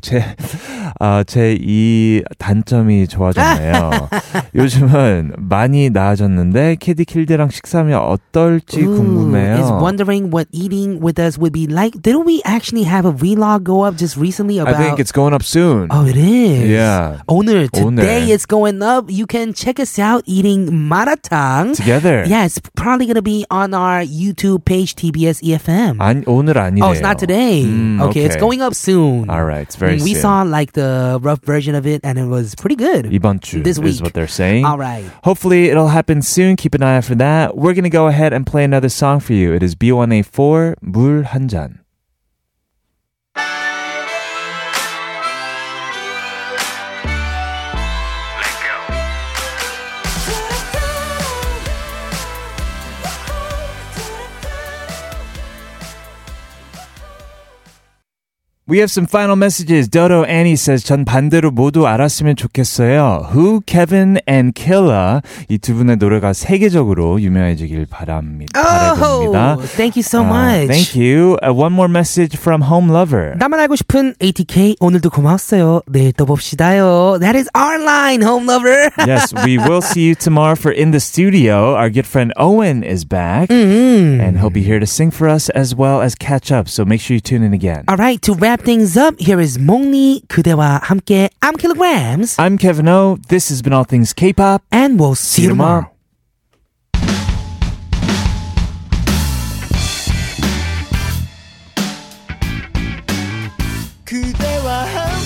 B: 아, 제아제이 단점이 좋아졌네요.
A: (laughs)
B: 요즘은 많이 나아졌는데 캐디 킬드랑 식사하면 어떨지
A: Ooh,
B: 궁금해요.
A: Is wondering what eating with us would be like. Didn't we actually have a vlog go up just recently
B: I
A: about?
B: think it's going up soon.
A: oh, it is.
B: Yeah.
A: 오늘 today
B: 오늘.
A: it's going up. You can check us out eating maratang.
B: Together.
A: Yeah, it's probably gonna be on our YouTube page TBS EFM.
B: 아니, 오늘 아니네요.
A: E Oh, it's not today.
B: 음,
A: okay, it's going up soon.
B: Mm, All right. It's very
A: Mm, we
B: soon.
A: saw like the rough version of it, and it was pretty good.
B: 이번 주
A: this
B: is
A: week.
B: what they're saying.
A: All right.
B: Hopefully, it'll happen soon. Keep an eye out for that. We're going to go ahead and play another song for you. It is B1A4, 물 한 잔. We have some final messages. Dodo Annie says, 전 반대로 모두 알았으면 좋겠어요. Who, Kevin, and Killa. 이 두 분의 노래가 세계적으로 유명해지길 바랍니다. 바라봅니다.
A: Oh, thank you so
B: Uh,
A: much.
B: thank you. Uh, one more message from Home Lover.
A: 나만 알고 싶은 ATK 오늘도 고마웠어요. 내일 또 봅시다요. That is our line, home lover.
B: yes, we will see you tomorrow for In the Studio. Our good friend Owen is back,
A: Mm-hmm.
B: and he'll be here to sing for us as well as catch up. So make sure you tune in again.
A: All right, to wrap things up, here is 몽니 그대와 함께 I'm Kilograms,
B: I'm Kevin O. This has been All Things K-pop.
A: and we'll see you tomorrow.
G: 그대와 함께